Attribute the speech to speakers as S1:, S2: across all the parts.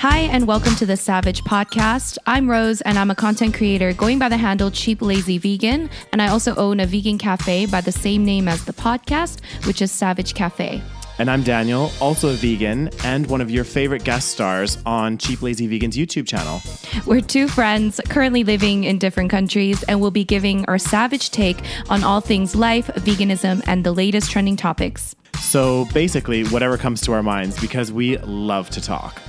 S1: Hi, and welcome to the Savage Podcast. I'm Rose, and I'm a content creator going by the handle Cheap Lazy Vegan. And I also own a vegan cafe by the same name as the podcast, which is Savage Cafe.
S2: And I'm Daniel, also a vegan and one of your favorite guest stars on Cheap Lazy Vegan's YouTube channel.
S1: We're two friends currently living in different countries, and we'll be giving our savage take on all things life, veganism, and the latest trending topics.
S2: So basically, whatever comes to our minds because we love to talk.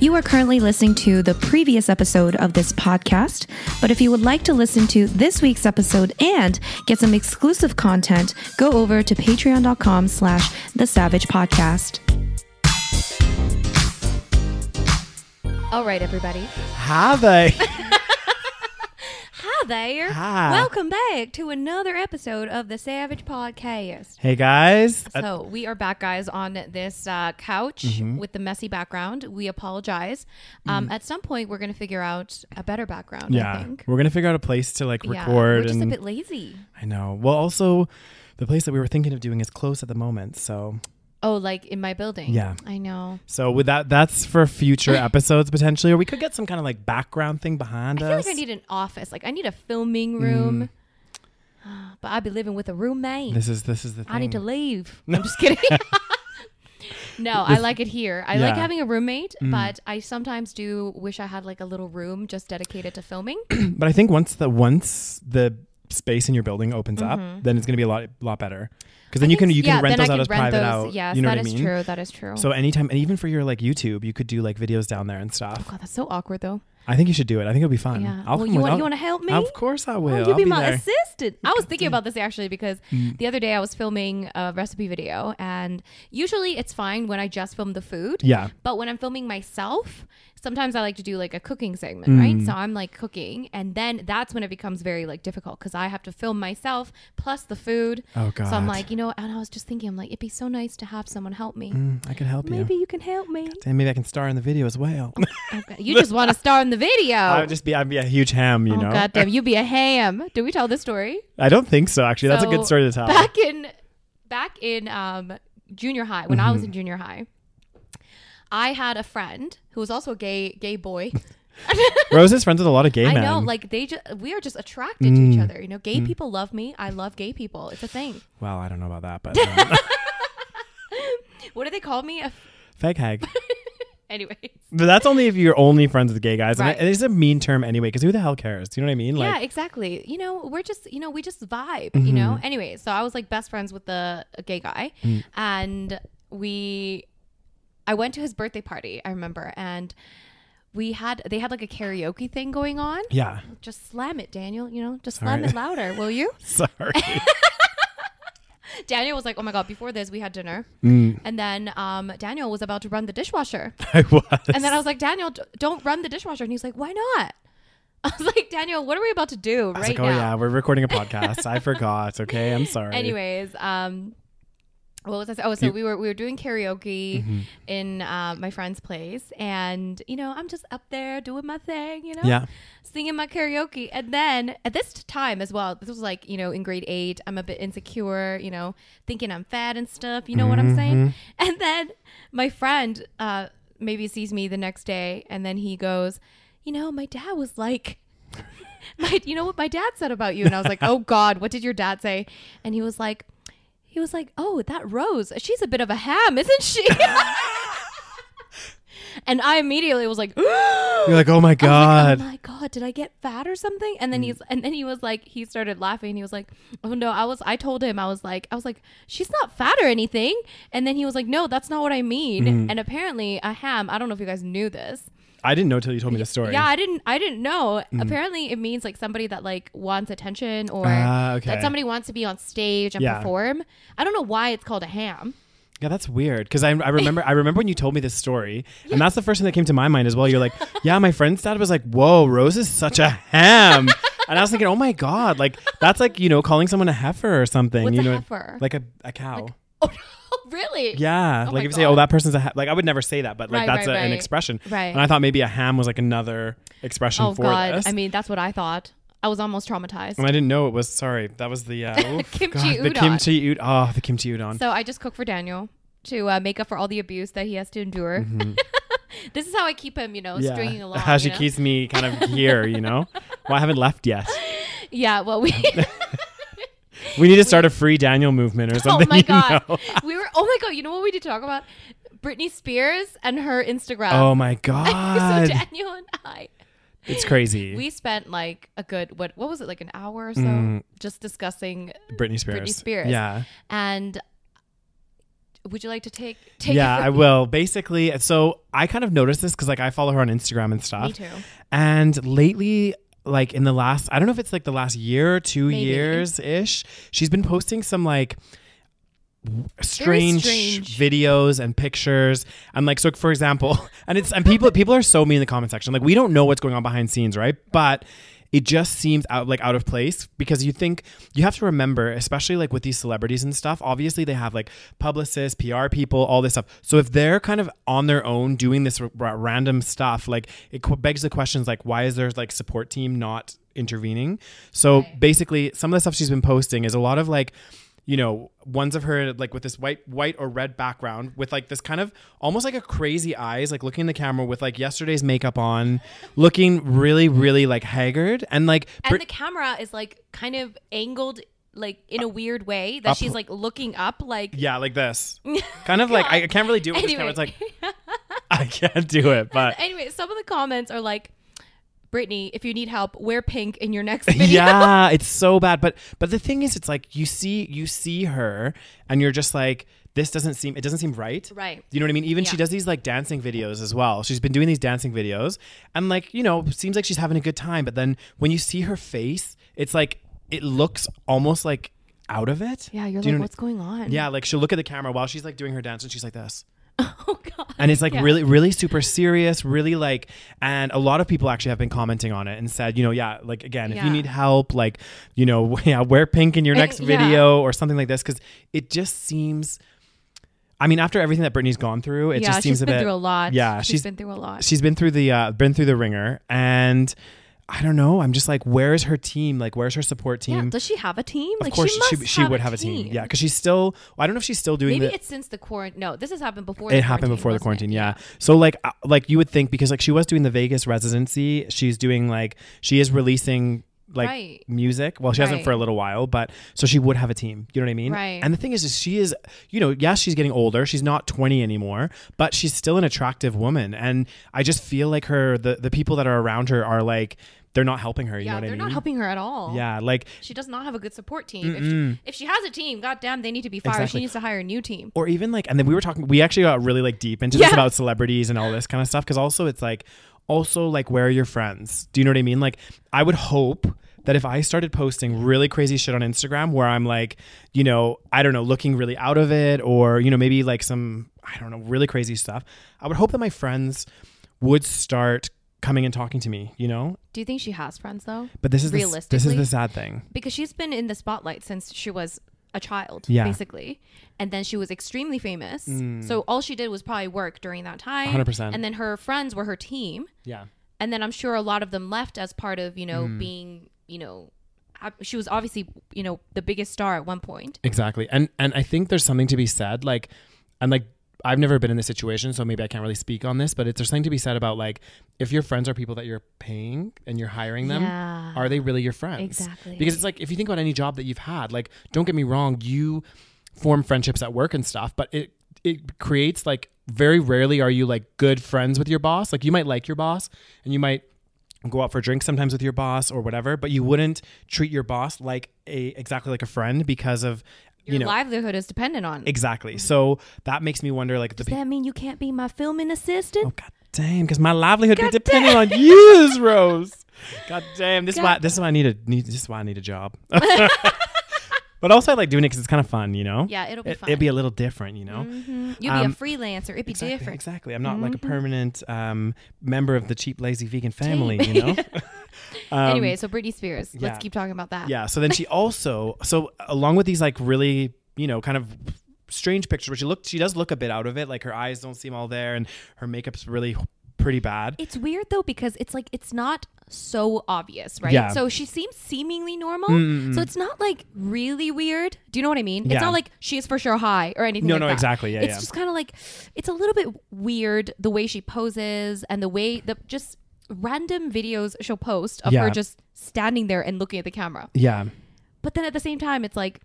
S1: You are currently listening to the previous episode of this podcast, but if you would like to listen to this week's episode and get some exclusive content, go over to patreon.com slash the savage podcast. All right, everybody.
S2: Have they?
S1: Hi there.
S2: Hi.
S1: Welcome back to another episode of the Savage Podcast.
S2: hey guys.
S1: So we are back, guys, on this uh, couch
S3: Mm-hmm.
S1: with the messy background. We apologize. Um, At some point, we're going to figure out a better background. I
S3: Mm. Yeah,
S1: think.
S3: we're gonna figure out a place to like
S1: Yeah,
S3: record,
S1: we're just a
S3: and
S1: bit lazy.
S3: I know. Well, also, the place that we were thinking of doing is closed at the moment, so
S1: Oh, like in my building.
S3: Yeah.
S1: I know.
S3: so with that, that's for future episodes potentially, or we could get some kind of like background thing behind
S1: I feel
S3: us.
S1: like I need an office. Like I need a
S3: Mm.
S1: filming room. But I'd be living with a roommate.
S3: this is this is the thing.
S1: I need to leave. I'm just kidding. no, I like it here. I like
S3: Yeah. Mm.
S1: having a roommate, but I sometimes do wish I had like a little room just dedicated to filming.
S3: but I think once the once the space in your building opens up, then it's gonna be a lot lot better because then you can you can
S1: yeah,
S3: rent
S1: then Mm-hmm. I
S3: those
S1: could
S3: out
S1: rent
S3: as private
S1: those.
S3: out.
S1: Yes,
S3: you know
S1: that
S3: what
S1: is
S3: I mean?
S1: true. That is true.
S3: So anytime, and even for your like YouTube, you could do like videos down there and stuff.
S1: God, that's so awkward though.
S3: I think you should do it. I think it'll be fun.
S1: Yeah.
S3: I'll
S1: well,
S3: come
S1: you
S3: with-
S1: want
S3: I'll-
S1: you want to help me?
S3: Of course I will.
S1: Oh, you
S3: I'll
S1: be,
S3: be
S1: my
S3: there. Mm.
S1: assistant. I was thinking about this actually because the other day I was filming a recipe video, and usually it's fine when I just film the food.
S3: Yeah.
S1: But when I'm filming myself, sometimes I like to do like a cooking segment,
S3: Mm.
S1: right? So I'm like cooking, and then that's when it becomes very like difficult because I have to film myself plus the food.
S3: Oh,
S1: So I'm
S3: God.
S1: like, you know, and I was just thinking, I'm like, it'd be so nice to have someone help me.
S3: Mm, I could help you.
S1: Maybe Oh. you can help me.
S3: Damn, maybe I can star in the video as well.
S1: Okay. You just want to star in the video.
S3: I'd just be I'd be a huge ham, you
S1: Oh
S3: know.
S1: goddamn! You be a ham. Did we tell this story?
S3: I don't think so. Actually, that's a
S1: So,
S3: good story to tell.
S1: Back in back in um, junior high, when I was in
S3: Mm-hmm.
S1: junior high, I had a friend who was also a gay gay boy.
S3: Rose is friends with a lot of gay
S1: I
S3: men.
S1: know, like they just we are just attracted to
S3: Mm-hmm.
S1: each other. You know,
S3: Mm.
S1: gay people love me. I love gay people. It's a thing.
S3: well, I don't know about that, but um,
S1: What do they call me? A f-
S3: fag hag.
S1: Anyways,
S3: But that's only if you're only friends with gay guys,
S1: Right.
S3: and it- it is a mean term anyway. Because who the hell cares? Do you know what I mean?
S1: yeah,
S3: Like,
S1: exactly. You know, we're just you know we just vibe. You know.
S3: Mm-hmm.
S1: Anyway, so I was like best friends with the a gay guy,
S3: Mm.
S1: and we I went to his birthday party, I remember, and we had they had like a karaoke thing going on.
S3: yeah.
S1: Just slam it, Daniel, you know, just slam
S3: Sorry.
S1: it louder, will you?
S3: Sorry.
S1: Daniel was like, "Oh my god, before this we had dinner."
S3: Mm.
S1: And then um, Daniel was about to run the dishwasher.
S3: I was.
S1: And then I was like, "Daniel, d- don't run the dishwasher." And he's like, "Why not?" I was like, "Daniel, what are we about to do
S3: I
S1: right
S3: was like, oh
S1: now?"
S3: yeah, we're recording a podcast. I forgot. Okay, I'm sorry.
S1: Anyways, um, what was I? say- Oh, so we were we were doing karaoke in uh, my friend's place, and you know I'm just up there doing my thing, you know,
S3: Yeah.
S1: singing my karaoke, and then at this time as well, this was like you know in grade eight, I'm a bit insecure, you know, thinking I'm fat and stuff, you know what I'm saying, and then my friend uh, maybe sees me the next day, and then he goes, you know, my dad was like my, you know what my dad said about you? And I was like, oh God, what did your dad say? And he was like, he was like, oh, that Rose, she's a bit of a ham, isn't she? and I immediately was like,
S3: You're like, oh my
S1: I
S3: god.
S1: was like, oh my god, did I get fat or something? And then he's and then he was like, he started laughing. and He was like, oh no, I was. I told him I was like, I was like, she's not fat or anything. And then he was like, no, that's not what I mean.
S3: Mm-hmm.
S1: And apparently, a ham. I don't know if you guys knew this.
S3: I didn't know till you told me the story.
S1: Yeah, I didn't. I didn't know.
S3: Mm-hmm.
S1: Apparently, it means like somebody that like wants attention or
S3: Ah, okay.
S1: that somebody wants to be on stage and
S3: Yeah.
S1: perform. I don't know why it's called a ham.
S3: Yeah, that's weird because I, I remember I remember when you told me this story, and that's the first thing that came to my mind as well. You're like, yeah, my friend's dad was like, whoa, Rose is such a ham, and I was thinking, oh my god, like that's like you know calling someone a heifer or something.
S1: What's
S3: you
S1: a
S3: know,
S1: heifer?
S3: like a, a cow.
S1: Oh no, really?
S3: yeah,
S1: Oh my
S3: like if you say,
S1: God.
S3: oh, that person's a ha-, like I would never say that, but
S1: Right,
S3: like that's
S1: right,
S3: a, an
S1: right.
S3: expression.
S1: Right.
S3: And I thought maybe a ham was like another expression
S1: Oh
S3: for
S1: god.
S3: this.
S1: I mean, that's what I thought. I was almost traumatized.
S3: and I didn't know it was. Sorry, that was the uh, oof,
S1: Kimchi
S3: God, The
S1: udon.
S3: kimchi udon. Oh, the kimchi udon. Mm-hmm.
S1: So I just cook for Daniel to uh, make up for all the abuse that he has to endure. This is how I keep him, you know, stringing along.
S3: How she
S1: you know?
S3: keeps me kind of here, you know? Well, I haven't left yet.
S1: Yeah, well, we.
S3: We need to start a free Daniel movement or
S1: oh
S3: something.
S1: my
S3: you
S1: god,
S3: know?
S1: we were. Oh my god, you know what we did talk about? Britney Spears and her Instagram.
S3: Oh my
S1: so
S3: god.
S1: Daniel and I,
S3: it's crazy.
S1: we spent like a good what? What was it? Like an hour or so
S3: Mm.
S1: just discussing.
S3: Britney Spears.
S1: Spears.
S3: Yeah.
S1: And would you like to take take?
S3: yeah,
S1: it
S3: I
S1: from-
S3: will. Basically, so I kind of noticed this because like I follow her on Instagram and stuff.
S1: Me too.
S3: And lately, like in the last, I don't know if it's like the last year or two
S1: Maybe.
S3: years ish, she's been posting some like w- strange,
S1: strange.
S3: videos and pictures. And like, so for example, and it's, and people, people are so mean in the comment section. Like, we don't know what's going on behind scenes, right? But it just seems out like out of place because you think you have to remember especially like with these celebrities and stuff obviously they have like publicists pr people all this stuff so if they're kind of on their own doing this r- r- random stuff like it qu- begs the questions like why is there like support team not intervening so basically some of the stuff she's been posting is a lot of like you know ones of her like with this white white or red background with like this kind of almost like a crazy eyes like looking in the camera with like yesterday's makeup on looking really really like haggard and like
S1: And the camera is like kind of angled like in a weird way that she's like looking up like
S3: yeah like this kind of like I, I can't really do it with
S1: Anyway.
S3: this camera it's like i can't do it but
S1: anyway, some of the comments are like, Brittany, if you need help, wear pink in your next video.
S3: Yeah, it's so bad. But but the thing is, it's like you see you see her, and you're just like, this doesn't seem it doesn't seem right.
S1: Right.
S3: You know what I mean? Even she
S1: Yeah.
S3: does these like dancing videos as well. She's been doing these dancing videos, and like you know, seems like she's having a good time. But then when you see her face, it's like it looks almost like out of it.
S1: Yeah, you're
S3: Do you
S1: like,
S3: know what-
S1: what's going on?
S3: yeah, like she'll look at the camera while she's like doing her dance, and she's like this
S1: Oh god.
S3: and it's like
S1: Yeah.
S3: really really super serious really like and a lot of people actually have been commenting on it and said you know yeah like again if
S1: Yeah.
S3: you need help like you know yeah wear pink in your next
S1: yeah.
S3: video or something like this because it just seems i mean after everything that brittany's gone through it
S1: yeah,
S3: just seems
S1: she's
S3: a
S1: been
S3: bit
S1: through a lot.
S3: yeah
S1: she's been through a lot.
S3: she's been through the uh, been through the ringer and i don't know i'm just like where is her team like where's her support
S1: yeah,
S3: team
S1: does she have a team?
S3: of
S1: like,
S3: course
S1: she,
S3: she,
S1: must
S3: she would have a team, yeah because she's still i don't know if she's still doing
S1: Maybe
S3: the,
S1: it's since the quarantine. No, this has happened before. the
S3: it happened
S1: quarantine,
S3: before the
S1: wasn't it?
S3: quarantine yeah so like uh, like you would think because like she was doing the vegas residency she's doing like she is releasing like
S1: Right.
S3: music well she hasn't
S1: Right.
S3: for a little while but so she would have a team you know what i mean
S1: Right.
S3: and the thing is, is she is you know yes she's getting older she's not 20 anymore but she's still an attractive woman and i just feel like her the, the people that are around her are like they're not helping her you
S1: Yeah,
S3: know what
S1: they're
S3: i mean
S1: not helping her at all.
S3: yeah like
S1: She does not have a good support team. If she, if she has a team, goddamn, they need to be fired.
S3: Exactly.
S1: She needs to hire a new team.
S3: or even like and then we were talking we actually got really like deep into this
S1: Yeah.
S3: about celebrities and all this kind of stuff because also it's like also like where are your friends do you know what i mean like i would hope that if i started posting really crazy shit on instagram where i'm like you know i don't know looking really out of it or you know maybe like some i don't know really crazy stuff i would hope that my friends would start coming and talking to me you know
S1: Do you think she has friends though?
S3: but this is the, s- this is
S1: Realistically?
S3: the sad thing
S1: because she's been in the spotlight since she was a child
S3: Yeah. Mm.
S1: basically and then she was extremely famous so all she did was probably work during that time
S3: 100%.
S1: and then her friends were her team
S3: yeah
S1: and then i'm sure a lot of them left as part of you
S3: Mm.
S1: know being you know hap- she was obviously you know the biggest star at one point
S3: Exactly. And and I think there's something to be said like and like I've never been in this situation, so maybe I can't really speak on this, but it's, there's something to be said about like if your friends are people that you're paying and you're hiring them, Uh,
S1: Yeah.
S3: are they really your friends?
S1: Exactly.
S3: Because it's like if you think about any job that you've had, like don't get me wrong, you form friendships at work and stuff, but it it creates like very rarely are you like good friends with your boss. Like you might like your boss and you might go out for drinks sometimes with your boss or whatever, but you wouldn't treat your boss like a exactly like a friend because of
S1: your Mm-hmm.
S3: you know
S1: livelihood is dependent on
S3: exactly. So that makes me wonder like the
S1: does
S3: people.
S1: that mean you can't be my filming assistant
S3: Oh god damn, because my livelihood be dependent on you, Rose. God damn, this is why
S1: God-
S3: this is why I need a need, this is why I need a job. but also I like doing it because it's kind of fun, you know.
S1: yeah it'll be
S3: It,
S1: fun
S3: it'd be a little different, you know.
S1: Mhm. you'd
S3: um,
S1: be a freelancer it'd be
S3: Exactly,
S1: different Mm-hmm.
S3: exactly. I'm not like a permanent um, member of the cheap, lazy vegan family, you know. Um,
S1: anyway so britney spears
S3: yeah.
S1: let's keep talking about that
S3: Yeah. So then she also so along with these like really you know kind of strange pictures where she looked she does look a bit out of it like her eyes don't seem all there and her makeup's really pretty bad.
S1: It's weird though because it's like it's not so obvious, right?
S3: Yeah. Mm,
S1: So she seems seemingly normal. So it's not like really weird. Do you know what I mean?
S3: Yeah.
S1: It's not like she is for sure high or anything.
S3: No,
S1: like
S3: no,
S1: that.
S3: exactly. Yeah,
S1: It's
S3: yeah.
S1: just kind of like it's a little bit weird the way she poses and the way the just random videos she'll post of
S3: Yeah.
S1: her just standing there and looking at the camera.
S3: yeah.
S1: But then at the same time, it's like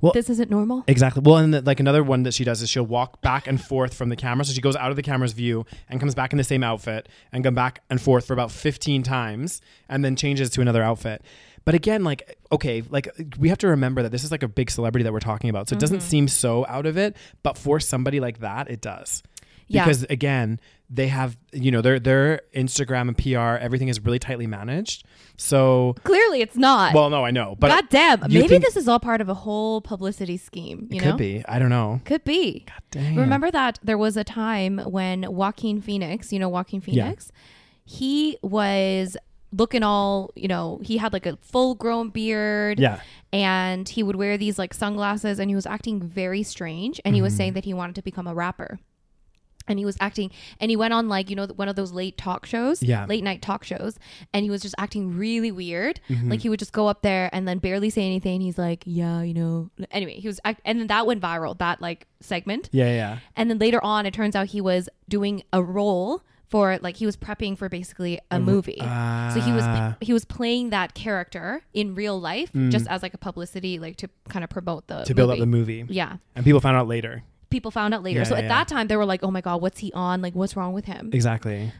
S3: Well-
S1: this isn't normal.
S3: Exactly. Well, and the, like another one that she does is she'll walk back and forth from the camera. So she goes out of the camera's view and comes back in the same outfit and come back and forth for about 15 times and then changes to another outfit. But again, like, okay, like we have to remember that this is like a big celebrity that we're talking about. So it
S1: Mm-hmm.
S3: doesn't seem so out of it, but for somebody like that, it does.
S1: Yeah.
S3: Because again, they have, you know, their their Instagram and PR, everything is really tightly managed. So,
S1: Clearly, it's not.
S3: well, no, I know, but
S1: God damn.
S3: you
S1: Maybe
S3: think-
S1: this is all part of a whole publicity scheme. You
S3: it
S1: know,
S3: could be. I don't know.
S1: Could be.
S3: Damn.
S1: Remember that there was a time when Joaquin Phoenix, you know Joaquin Phoenix, he was looking all, you know, he had like a full grown beard.
S3: Yeah.
S1: And he would wear these like sunglasses and he was acting very strange and he was saying that he wanted to become a rapper. And he was acting and he went on like, you know, one of those late talk shows,
S3: Yeah.
S1: late night talk shows, and he was just acting really weird. Like he would just go up there and then barely say anything. He's like, "Yeah, you know." Anyway, he was act- and then that went viral, that like segment.
S3: Yeah, yeah, yeah.
S1: And then later on, it turns out he was doing a role for like he was prepping for basically a movie. so he was
S3: Mm-hmm. ah. Mm.
S1: he was playing that character in real life, just as like a publicity, like to kind of promote the
S3: to build up the movie.
S1: Yeah,
S3: And people found out later.
S1: people found out later.
S3: Yeah,
S1: so
S3: yeah,
S1: at
S3: yeah.
S1: that time, they were like, "Oh my god, what's he on? Like, what's wrong with him?"
S3: Exactly.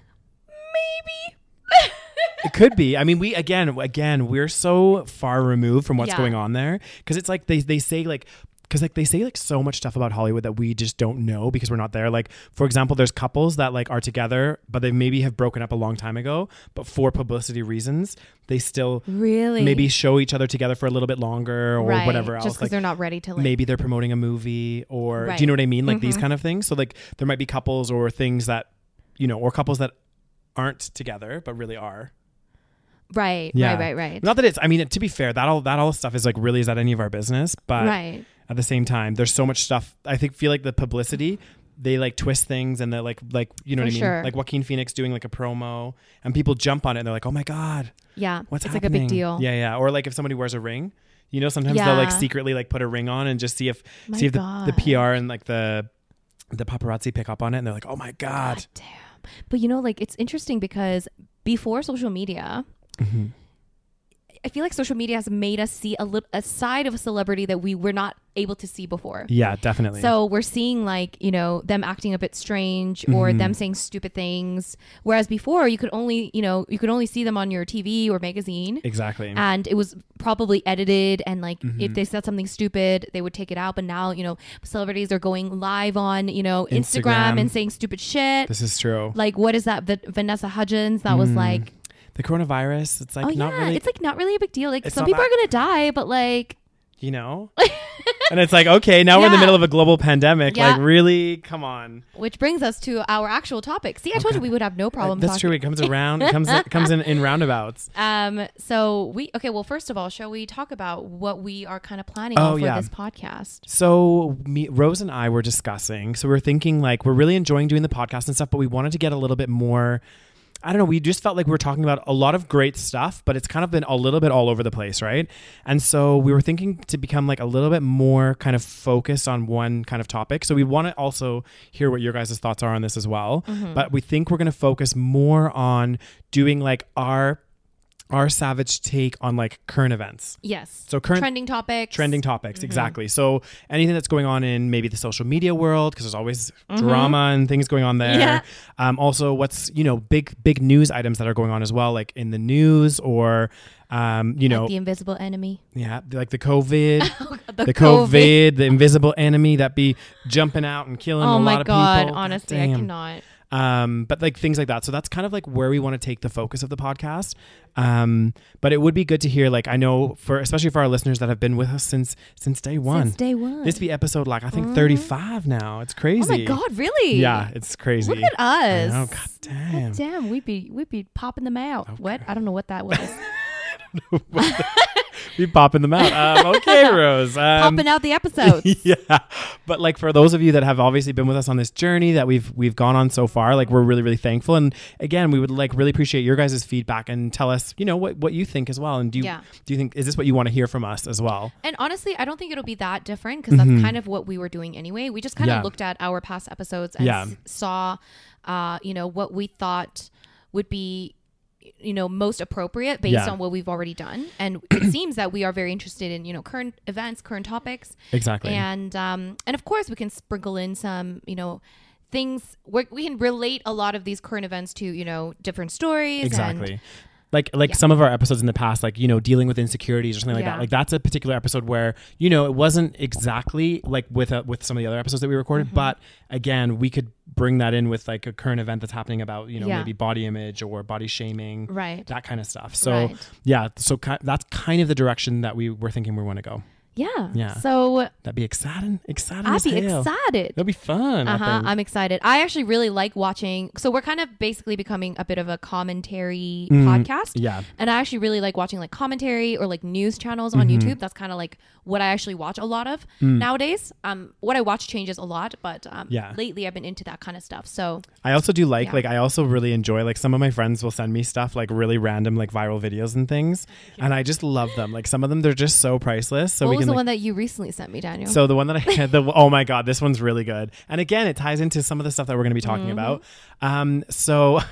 S1: Maybe.
S3: It could be. I mean, we again, again, we're so far removed from what's
S1: Yeah.
S3: going on there because it's like they they say like because like they say like so much stuff about Hollywood that we just don't know because we're not there. Like for example, there's couples that like are together but they maybe have broken up a long time ago, but for publicity reasons, they still
S1: Really?
S3: maybe show each other together for a little bit longer or
S1: Right,
S3: whatever else.
S1: Just because
S3: Like,
S1: they're not ready to like.
S3: maybe they're promoting a movie or
S1: Right. Mm-hmm.
S3: do you know what I mean? Like these kind of things. So like there might be couples or things that you know, or couples that aren't together but really are.
S1: Right. Right. Right. Right.
S3: Not that it's I mean to be fair, that all that all stuff is like really is that any of our business, but
S1: right.
S3: at the same time, there's so much stuff I think feel like the publicity they like twist things and they're like like you know
S1: For
S3: what I mean?
S1: sure.
S3: Like Joaquin Phoenix doing like a promo and people jump on it and they're like, Oh my God,
S1: Yeah.
S3: what's
S1: it's
S3: happening?
S1: like a big deal.
S3: Yeah, yeah. Or like if somebody wears a ring, you know, sometimes they'll like
S1: Yeah.
S3: secretly like put a ring on and just see if
S1: My
S3: see if the, the
S1: God.
S3: PR and like the the paparazzi pick up on it and they're like, oh my god.
S1: Damn. But you know, like it's interesting because before social media,
S3: Mm-hmm.
S1: I feel like social media has made us see a little a side of a celebrity that we were not able to see before.
S3: Yeah, definitely.
S1: So we're seeing like you know them acting a bit strange or
S3: Mm-hmm.
S1: them saying stupid things, whereas before you could only you know you could only see them on your TV or magazine.
S3: exactly.
S1: And it was probably edited, and like if
S3: Mm-hmm.
S1: they said something stupid, they would take it out. But now, you know, celebrities are going live on, you know, Instagram,
S3: Instagram.
S1: and saying stupid shit
S3: this is true.
S1: like what is that Va- Vanessa Hudgens that was like
S3: the coronavirus, it's like
S1: oh
S3: not
S1: yeah
S3: really
S1: it's like not really a big deal like
S3: It's
S1: some
S3: not
S1: people
S3: that-
S1: are gonna die but like
S3: you know? and it's like, okay, now we're in the
S1: Yeah.
S3: middle of a global pandemic.
S1: Yeah.
S3: Like really, come on.
S1: which brings us to our actual topic see I told you we would have no problem
S3: That's true.
S1: talking
S3: It comes around it comes it comes in, in roundabouts.
S1: um so we okay well first of all shall we talk about what we are kind of planning
S3: Oh,
S1: on for
S3: yeah.
S1: this podcast
S3: So me, Rose and I were discussing. So we are thinking like we're really enjoying doing the podcast and stuff, but we wanted to get a little bit more. I don't know. We just felt like we were talking about a lot of great stuff, but it's kind of been a little bit all over the place, right? And so we were thinking to become like a little bit more kind of focused on one kind of topic. So we want to also hear what your guys' thoughts are on this as well. But we think we're going to focus more on doing like our our savage take on like current events.
S1: yes
S3: So current
S1: trending topics
S3: trending topics
S1: Mm-hmm.
S3: exactly so anything that's going on in maybe the social media world because there's always drama and things going on there
S1: Mm-hmm. Yeah.
S3: um, also what's you know big big news items that are going on as well like in the news or um, you know
S1: the invisible enemy Oh,
S3: yeah like the covid
S1: the,
S3: the COVID, the invisible enemy that be jumping out and killing
S1: oh
S3: a
S1: my
S3: lot of
S1: god
S3: people.
S1: honestly I
S3: Damn.
S1: cannot
S3: Um, but like things like that. So that's kind of like where we want to take the focus of the podcast. Um, but it would be good to hear, like, I know for especially for our listeners that have been with us since since day one.
S1: since day one
S3: This be episode like I think 35 now. It's crazy.
S1: Mm-hmm. oh my god really
S3: Yeah, it's crazy.
S1: look at us
S3: Oh god damn.
S1: Damn, we'd be we'd be popping them out. What? I don't know what that was.
S3: know what- we popping them out. Um, okay, Rose. Um,
S1: popping out the episodes.
S3: yeah but like for those of you that have obviously been with us on this journey that we've we've gone on so far like we're really really thankful and again we would like really appreciate your guys' feedback and tell us you know what what you think as well and do you
S1: Yeah.
S3: do you think is this what you want to hear from us as well
S1: And honestly, I don't think it'll be that different because that's kind of what we were doing anyway. We just kind
S3: Mm-hmm. Yeah.
S1: of looked at our past episodes and
S3: Yeah.
S1: s- saw, uh, you know, what we thought would be, you know, most appropriate based
S3: Yeah.
S1: on what we've already done. And it seems that we are very interested in, you know, current events, current topics,
S3: exactly
S1: and um, and of course we can sprinkle in some, you know. Things we're, we can relate a lot of these current events to, you know, different stories. and-
S3: exactly like like some of our episodes in the past like you know dealing with insecurities or something like
S1: Yeah.
S3: that like that's a particular episode where you know it wasn't exactly like with uh with some of the other episodes that we recorded
S1: Mm-hmm.
S3: but again we could bring that in with like a current event that's happening about you know
S1: Yeah.
S3: maybe body image or body shaming
S1: Right.
S3: that kind of stuff so
S1: Right.
S3: yeah so ki- that's kind of the direction that we were thinking we want to go
S1: Yeah.
S3: Yeah.
S1: So
S3: that'd be exciting exciting
S1: I'd
S3: as
S1: be
S3: hell.
S1: excited.
S3: that'd be fun I
S1: Uh-huh.
S3: think.
S1: I'm excited. I actually really like watching. So we're kind of basically becoming a bit of a commentary podcast.
S3: Mm, yeah
S1: And I actually really like watching like commentary or like news channels on
S3: Mm-hmm.
S1: YouTube. That's kind of like what I actually watch a lot of nowadays. Um, what I watch changes a lot, but um,
S3: Mm. Yeah.
S1: lately I've been into that kind of stuff. So
S3: I also do like
S1: Yeah.
S3: like I also really enjoy like some of my friends will send me stuff like really random like viral videos and things, and I just love them. Like some of them they're just so priceless. So we
S1: what was
S3: can
S1: the
S3: like,
S1: one that you recently sent me, Daniel?
S3: so the one that I had the oh my god this one's really good, and again it ties into some of the stuff that we're going to be
S1: Mm-hmm.
S3: talking about. Um, so.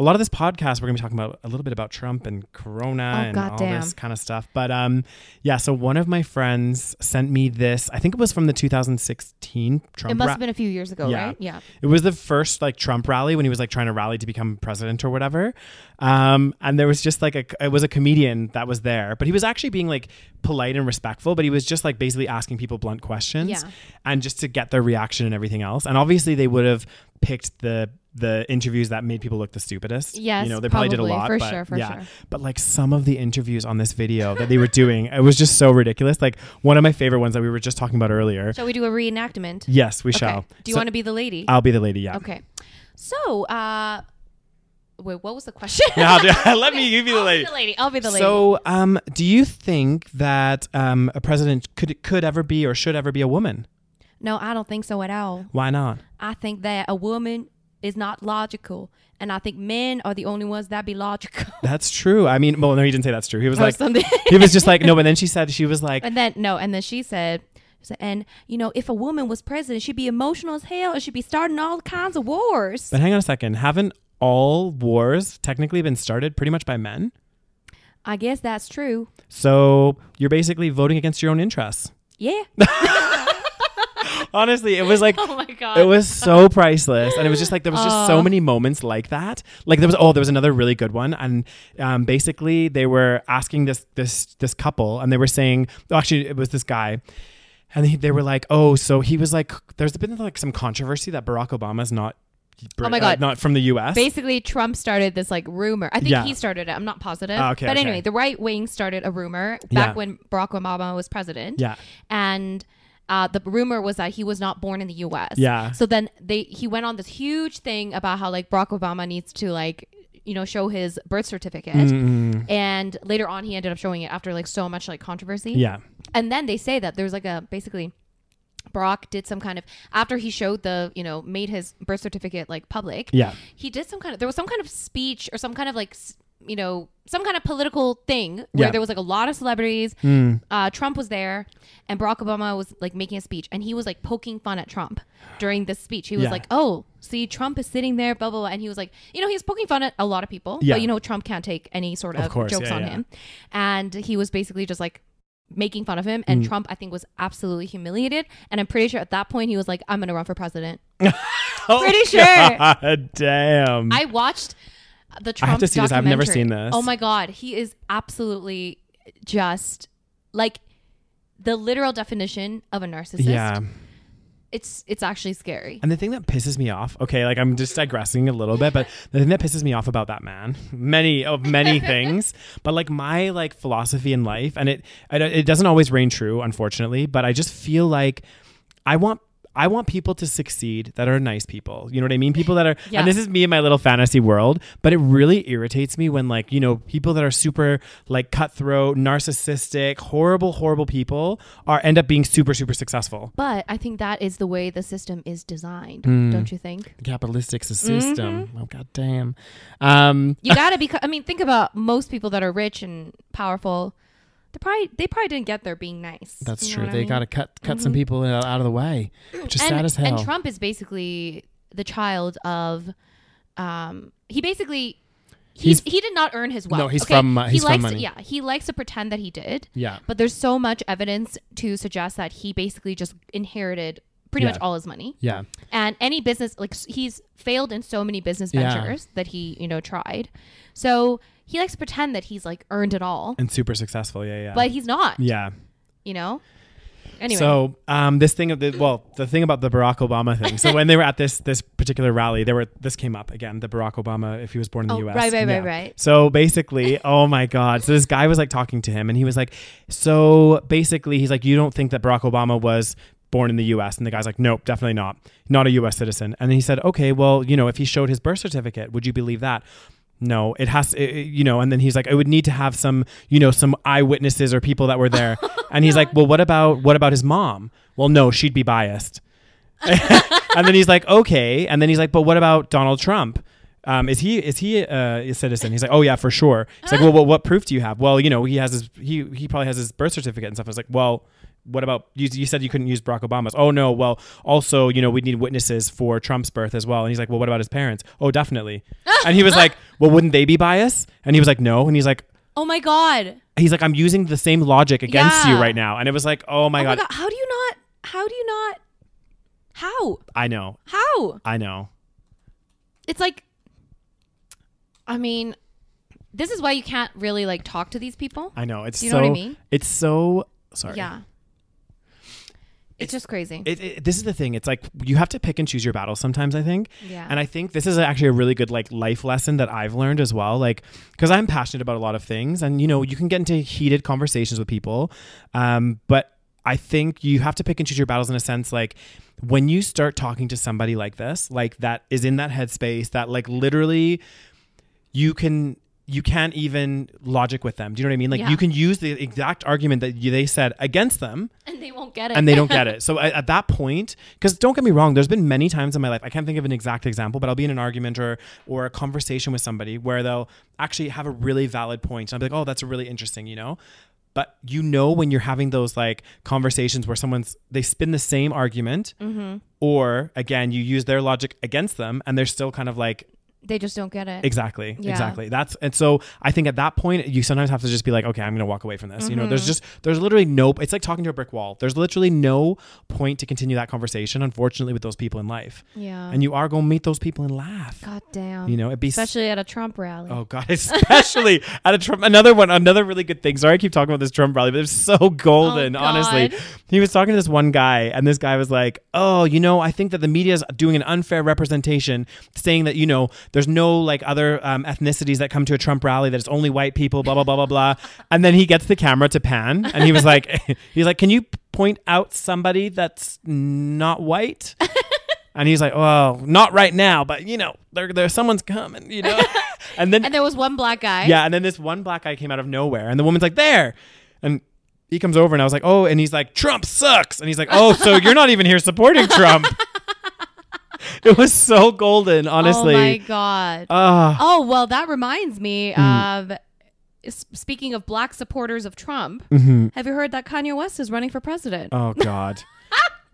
S3: A lot of this podcast, we're gonna be talking about a little bit about Trump and Corona
S1: Oh,
S3: and all
S1: goddamn.
S3: this kind of stuff. But um, yeah, so one of my friends sent me this. I think it was from the 2016 Trump.
S1: it must
S3: ra-
S1: have been a few years ago, right? Yeah.
S3: it was the first like Trump rally when he was like trying to rally to become president or whatever. Um, and there was just like a it was a comedian that was there, but he was actually being like polite and respectful, but he was just like basically asking people blunt questions
S1: Yeah.
S3: and just to get their reaction and everything else. And obviously they would have picked the the interviews that made people look the stupidest.
S1: Yes,
S3: you know they probably, did a
S1: probably,
S3: lot
S1: for
S3: but
S1: sure, for
S3: yeah.
S1: sure.
S3: But like some of the interviews on this video that they were doing, it was just so ridiculous. Like one of my favorite ones that we were just talking about earlier.
S1: Shall we do a reenactment?
S3: Yes, we
S1: Okay.
S3: shall.
S1: Do you
S3: So-
S1: want to be the lady?
S3: I'll be the lady. Yeah.
S1: okay. So, uh, wait, what was the question?
S3: Yeah, I'll do- let me give you the
S1: I'll be
S3: lady.
S1: the lady. I'll be the lady.
S3: So, um, do you think that um, a president could could ever be or should ever be a woman?
S1: No, I don't think so at all.
S3: Why not?
S1: I think that a woman is not logical, and I think men are the only ones that be logical
S3: That's true. I mean, well, no, he didn't say that's true. He was
S1: or
S3: like,
S1: something.
S3: he was just like, no. But then she said, she was like,
S1: and then no, and then she said. she said, And you know, if a woman was president, she'd be emotional as hell, and she'd be starting all kinds of wars.
S3: but hang on a second. Haven't all wars technically been started pretty much by men?
S1: I guess that's true.
S3: So you're basically voting against your own interests.
S1: Yeah.
S3: Honestly, it was like.
S1: oh my god.
S3: It was so priceless, and it was just like there was just so many moments like that. Like there was oh, there was another really good one, and um, basically they were asking this this this couple, and they were saying, oh, actually it was this guy, and he, they were like, oh, so he was like, there's been like some controversy that Barack Obama's not, Brit-
S1: Oh my
S3: uh,
S1: God.
S3: not from the U.S.
S1: Basically, Trump started this like rumor. I think
S3: Yeah.
S1: he started it. I'm not positive.
S3: Ah, okay,
S1: but
S3: okay.
S1: anyway, the right wing started a rumor
S3: Yeah.
S1: back when Barack Obama was president.
S3: yeah,
S1: and uh, the rumor was that he was not born in the U.S.
S3: Yeah.
S1: So then they he went on this huge thing about how like Barack Obama needs to like you know show his birth certificate,
S3: Mm-hmm.
S1: and later on he ended up showing it after like so much like controversy.
S3: yeah,
S1: And then they say that there's like a basically. Barack did some kind of after he showed the you know made his birth certificate like public
S3: yeah.
S1: he did some kind of there was some kind of speech or some kind of like s- you know some kind of political thing where
S3: Yeah. Hmm.
S1: there was like a lot of celebrities uh, trump was there and barack obama was like making a speech and he was like poking fun at trump during this speech he was
S3: Yeah.
S1: like oh see trump is sitting there blah blah blah and he was like you know he was poking fun at a lot of people
S3: Yeah.
S1: but you know trump can't take any sort of,
S3: course,
S1: jokes
S3: yeah,
S1: on
S3: yeah.
S1: him and he was basically just like making fun of him and
S3: Mm.
S1: trump i think was absolutely humiliated and i'm pretty sure at that point he was like i'm gonna run for president Pretty sure.
S3: God damn.
S1: I watched the Trump.
S3: Mm. I have to see this. I've never
S1: documentary.
S3: seen this.
S1: Oh my god, he is absolutely just like the literal definition of a narcissist.
S3: yeah.
S1: it's it's actually scary.
S3: And the thing that pisses me off, okay, like I'm just digressing a little bit, but the thing that pisses me off about that man, many of many things, but like my like philosophy in life, and it I don't- it doesn't always reign true, unfortunately, but I just feel like I want. I- I want people to succeed that are nice people. You know what I mean? People that are,
S1: Yeah.
S3: and this is me in my little fantasy world, but it really irritates me when, like, you know, people that are super, like, cutthroat, narcissistic, horrible, horrible people are end up being super, super successful.
S1: But I think that is the way the system is designed,
S3: Mm.
S1: don't you think?
S3: The capitalistic system.
S1: Mm-hmm.
S3: Oh, God damn. Um,
S1: You gotta be. I mean, think about most people that are rich and powerful. They probably they probably didn't get there being nice.
S3: That's
S1: You know
S3: true.
S1: what I
S3: They
S1: mean?
S3: got to cut cut some people out out of the way, which is
S1: Mm-hmm. and,
S3: sad as hell.
S1: And Trump is basically the child of. Um, he basically. He's,
S3: He's-
S1: he did not earn his wealth.
S3: he's from, uh, he's
S1: he
S3: from
S1: likes
S3: money.
S1: yeah he likes to pretend that he did.
S3: yeah.
S1: But there's so much evidence to suggest that he basically just inherited pretty
S3: Yeah.
S1: much all his money.
S3: Yeah.
S1: and any business like s- he's failed in so many business
S3: Yeah.
S1: ventures that he you know tried so he likes to pretend that he's like earned it all
S3: And super successful. Yeah, yeah.
S1: but he's not
S3: yeah.
S1: you know anyway
S3: So um, this thing of the well, the thing about the Barack Obama thing. So when they were at this this particular rally, there were this came up again. The Barack Obama, if he was born in the
S1: Oh,
S3: U.S.
S1: right, right, right, right.
S3: So basically, oh my God. So this guy was like talking to him, and he was like, so basically, he's like, you don't think that Barack Obama was born in the U.S. And the guy's like, nope, definitely not, not a U.S. citizen. And then he said, okay, well, you know, if he showed his birth certificate, would you believe that? No, it has, it, it- you know, and then he's like, I would need to have some, you know, some eyewitnesses or people that were there. And he's like, well, what about, what about his mom? Well, no, she'd be biased. and then he's like, okay. And then he's like, but what about Donald Trump? Um, is he is he uh, a citizen? He's like, oh yeah, for sure. He's like, well, well, what proof do you have? Well, you know, he has his he he probably has his birth certificate and stuff. I was like, well, what about you? You said you couldn't use Barack Obama's. Oh no, well, also you know we need witnesses for Trump's birth as well. And he's like, well, what about his parents? Oh, definitely. And he was like, well, wouldn't they be biased? And he was like, no. And he's like,
S1: oh my god
S3: he's like, I'm using the same logic against
S1: Yeah.
S3: you right now. And it was like, oh my
S1: oh my
S3: god,
S1: god how do you not how do you not how
S3: I know,
S1: how
S3: I know.
S1: it's like i mean this is why you can't really like talk to these people
S3: I know. It's
S1: You know
S3: so.
S1: what I mean?
S3: It's so. Sorry.
S1: yeah it's, just crazy
S3: It, it, this is the thing. It's like you have to pick and choose your battles sometimes. I think.
S1: Yeah.
S3: And I think this is actually a really good like life lesson that I've learned as well. Like because I'm passionate about a lot of things, and you know you can get into heated conversations with people, um, but I think you have to pick and choose your battles in a sense. Like when you start talking to somebody like this, like that is in that headspace that like literally you can you can't even logic with them. Do you know what I mean? Like
S1: Yeah.
S3: you can use the exact argument that you, they said against them
S1: and they won't get it
S3: and they don't get it. So at, at that point, because don't get me wrong, there's been many times in my life I can't think of an exact example, but I'll be in an argument or or a conversation with somebody where they'll actually have a really valid point, and I'll be like, oh, that's really interesting, you know. But you know when you're having those like conversations where someone's they spin the same argument,
S1: Mm-hmm.
S3: or again you use their logic against them, and they're still kind of like
S1: they just don't get it
S3: Exactly.
S1: Yeah.
S3: Exactly. That's and so I think at that point you sometimes have to just be like, okay, I'm gonna walk away from this. You know,
S1: Mm-hmm.
S3: there's just there's literally no. It's like talking to a brick wall. There's literally no point to continue that conversation. Unfortunately, with those people in life,
S1: yeah
S3: and you are gonna meet those people and laugh.
S1: god damn
S3: You know, it'd be s-
S1: especially at a Trump rally.
S3: Oh god, especially at a Trump another one, another really good thing. Sorry I keep talking about this Trump rally, but it's so golden,
S1: God.
S3: honestly. He was talking to this one guy, and this guy was like, Oh, you know, I think that the media is doing an unfair representation, saying that, you know, there's no like other um, ethnicities that come to a Trump rally, that it's only white people, blah, blah, blah, blah, blah. And then he gets the camera to pan and he was like he's like, Can you point out somebody that's not white? And he's like, "Oh, not right now, but you know, there, there, someone's coming, you know." And then
S1: And there was one black guy.
S3: yeah, and then this one black guy came out of nowhere, and the woman's like, "There," and he comes over, and I was like, "Oh," and he's like, "Trump sucks," and he's like, "Oh, so you're not even here supporting Trump?" it was so golden, honestly.
S1: Oh my god.
S3: Ah,
S1: oh well, that reminds me
S3: mm.
S1: of. s- Speaking of black supporters of Trump, have you heard that Kanye West is running for president?
S3: Mm-hmm. oh god,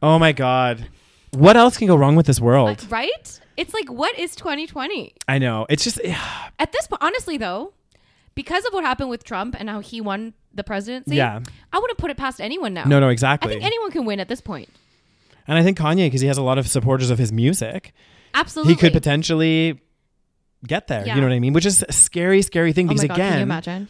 S3: oh my god. What else can go wrong with this world?
S1: right? It's like, what is 2020?
S3: I know. It's just
S1: At this point, honestly, though, because of what happened with Trump and how he won the presidency,
S3: Yeah.
S1: I wouldn't put it past anyone now.
S3: no, no,
S1: I
S3: exactly.
S1: think anyone can win at this point.
S3: and I think Kanye, because he has a lot of supporters of his music,
S1: Absolutely.
S3: he could potentially get there.
S1: Yeah.
S3: You know what I mean? Which is a scary, scary thing.
S1: Oh my
S3: Because
S1: god, can you
S3: again,
S1: imagine?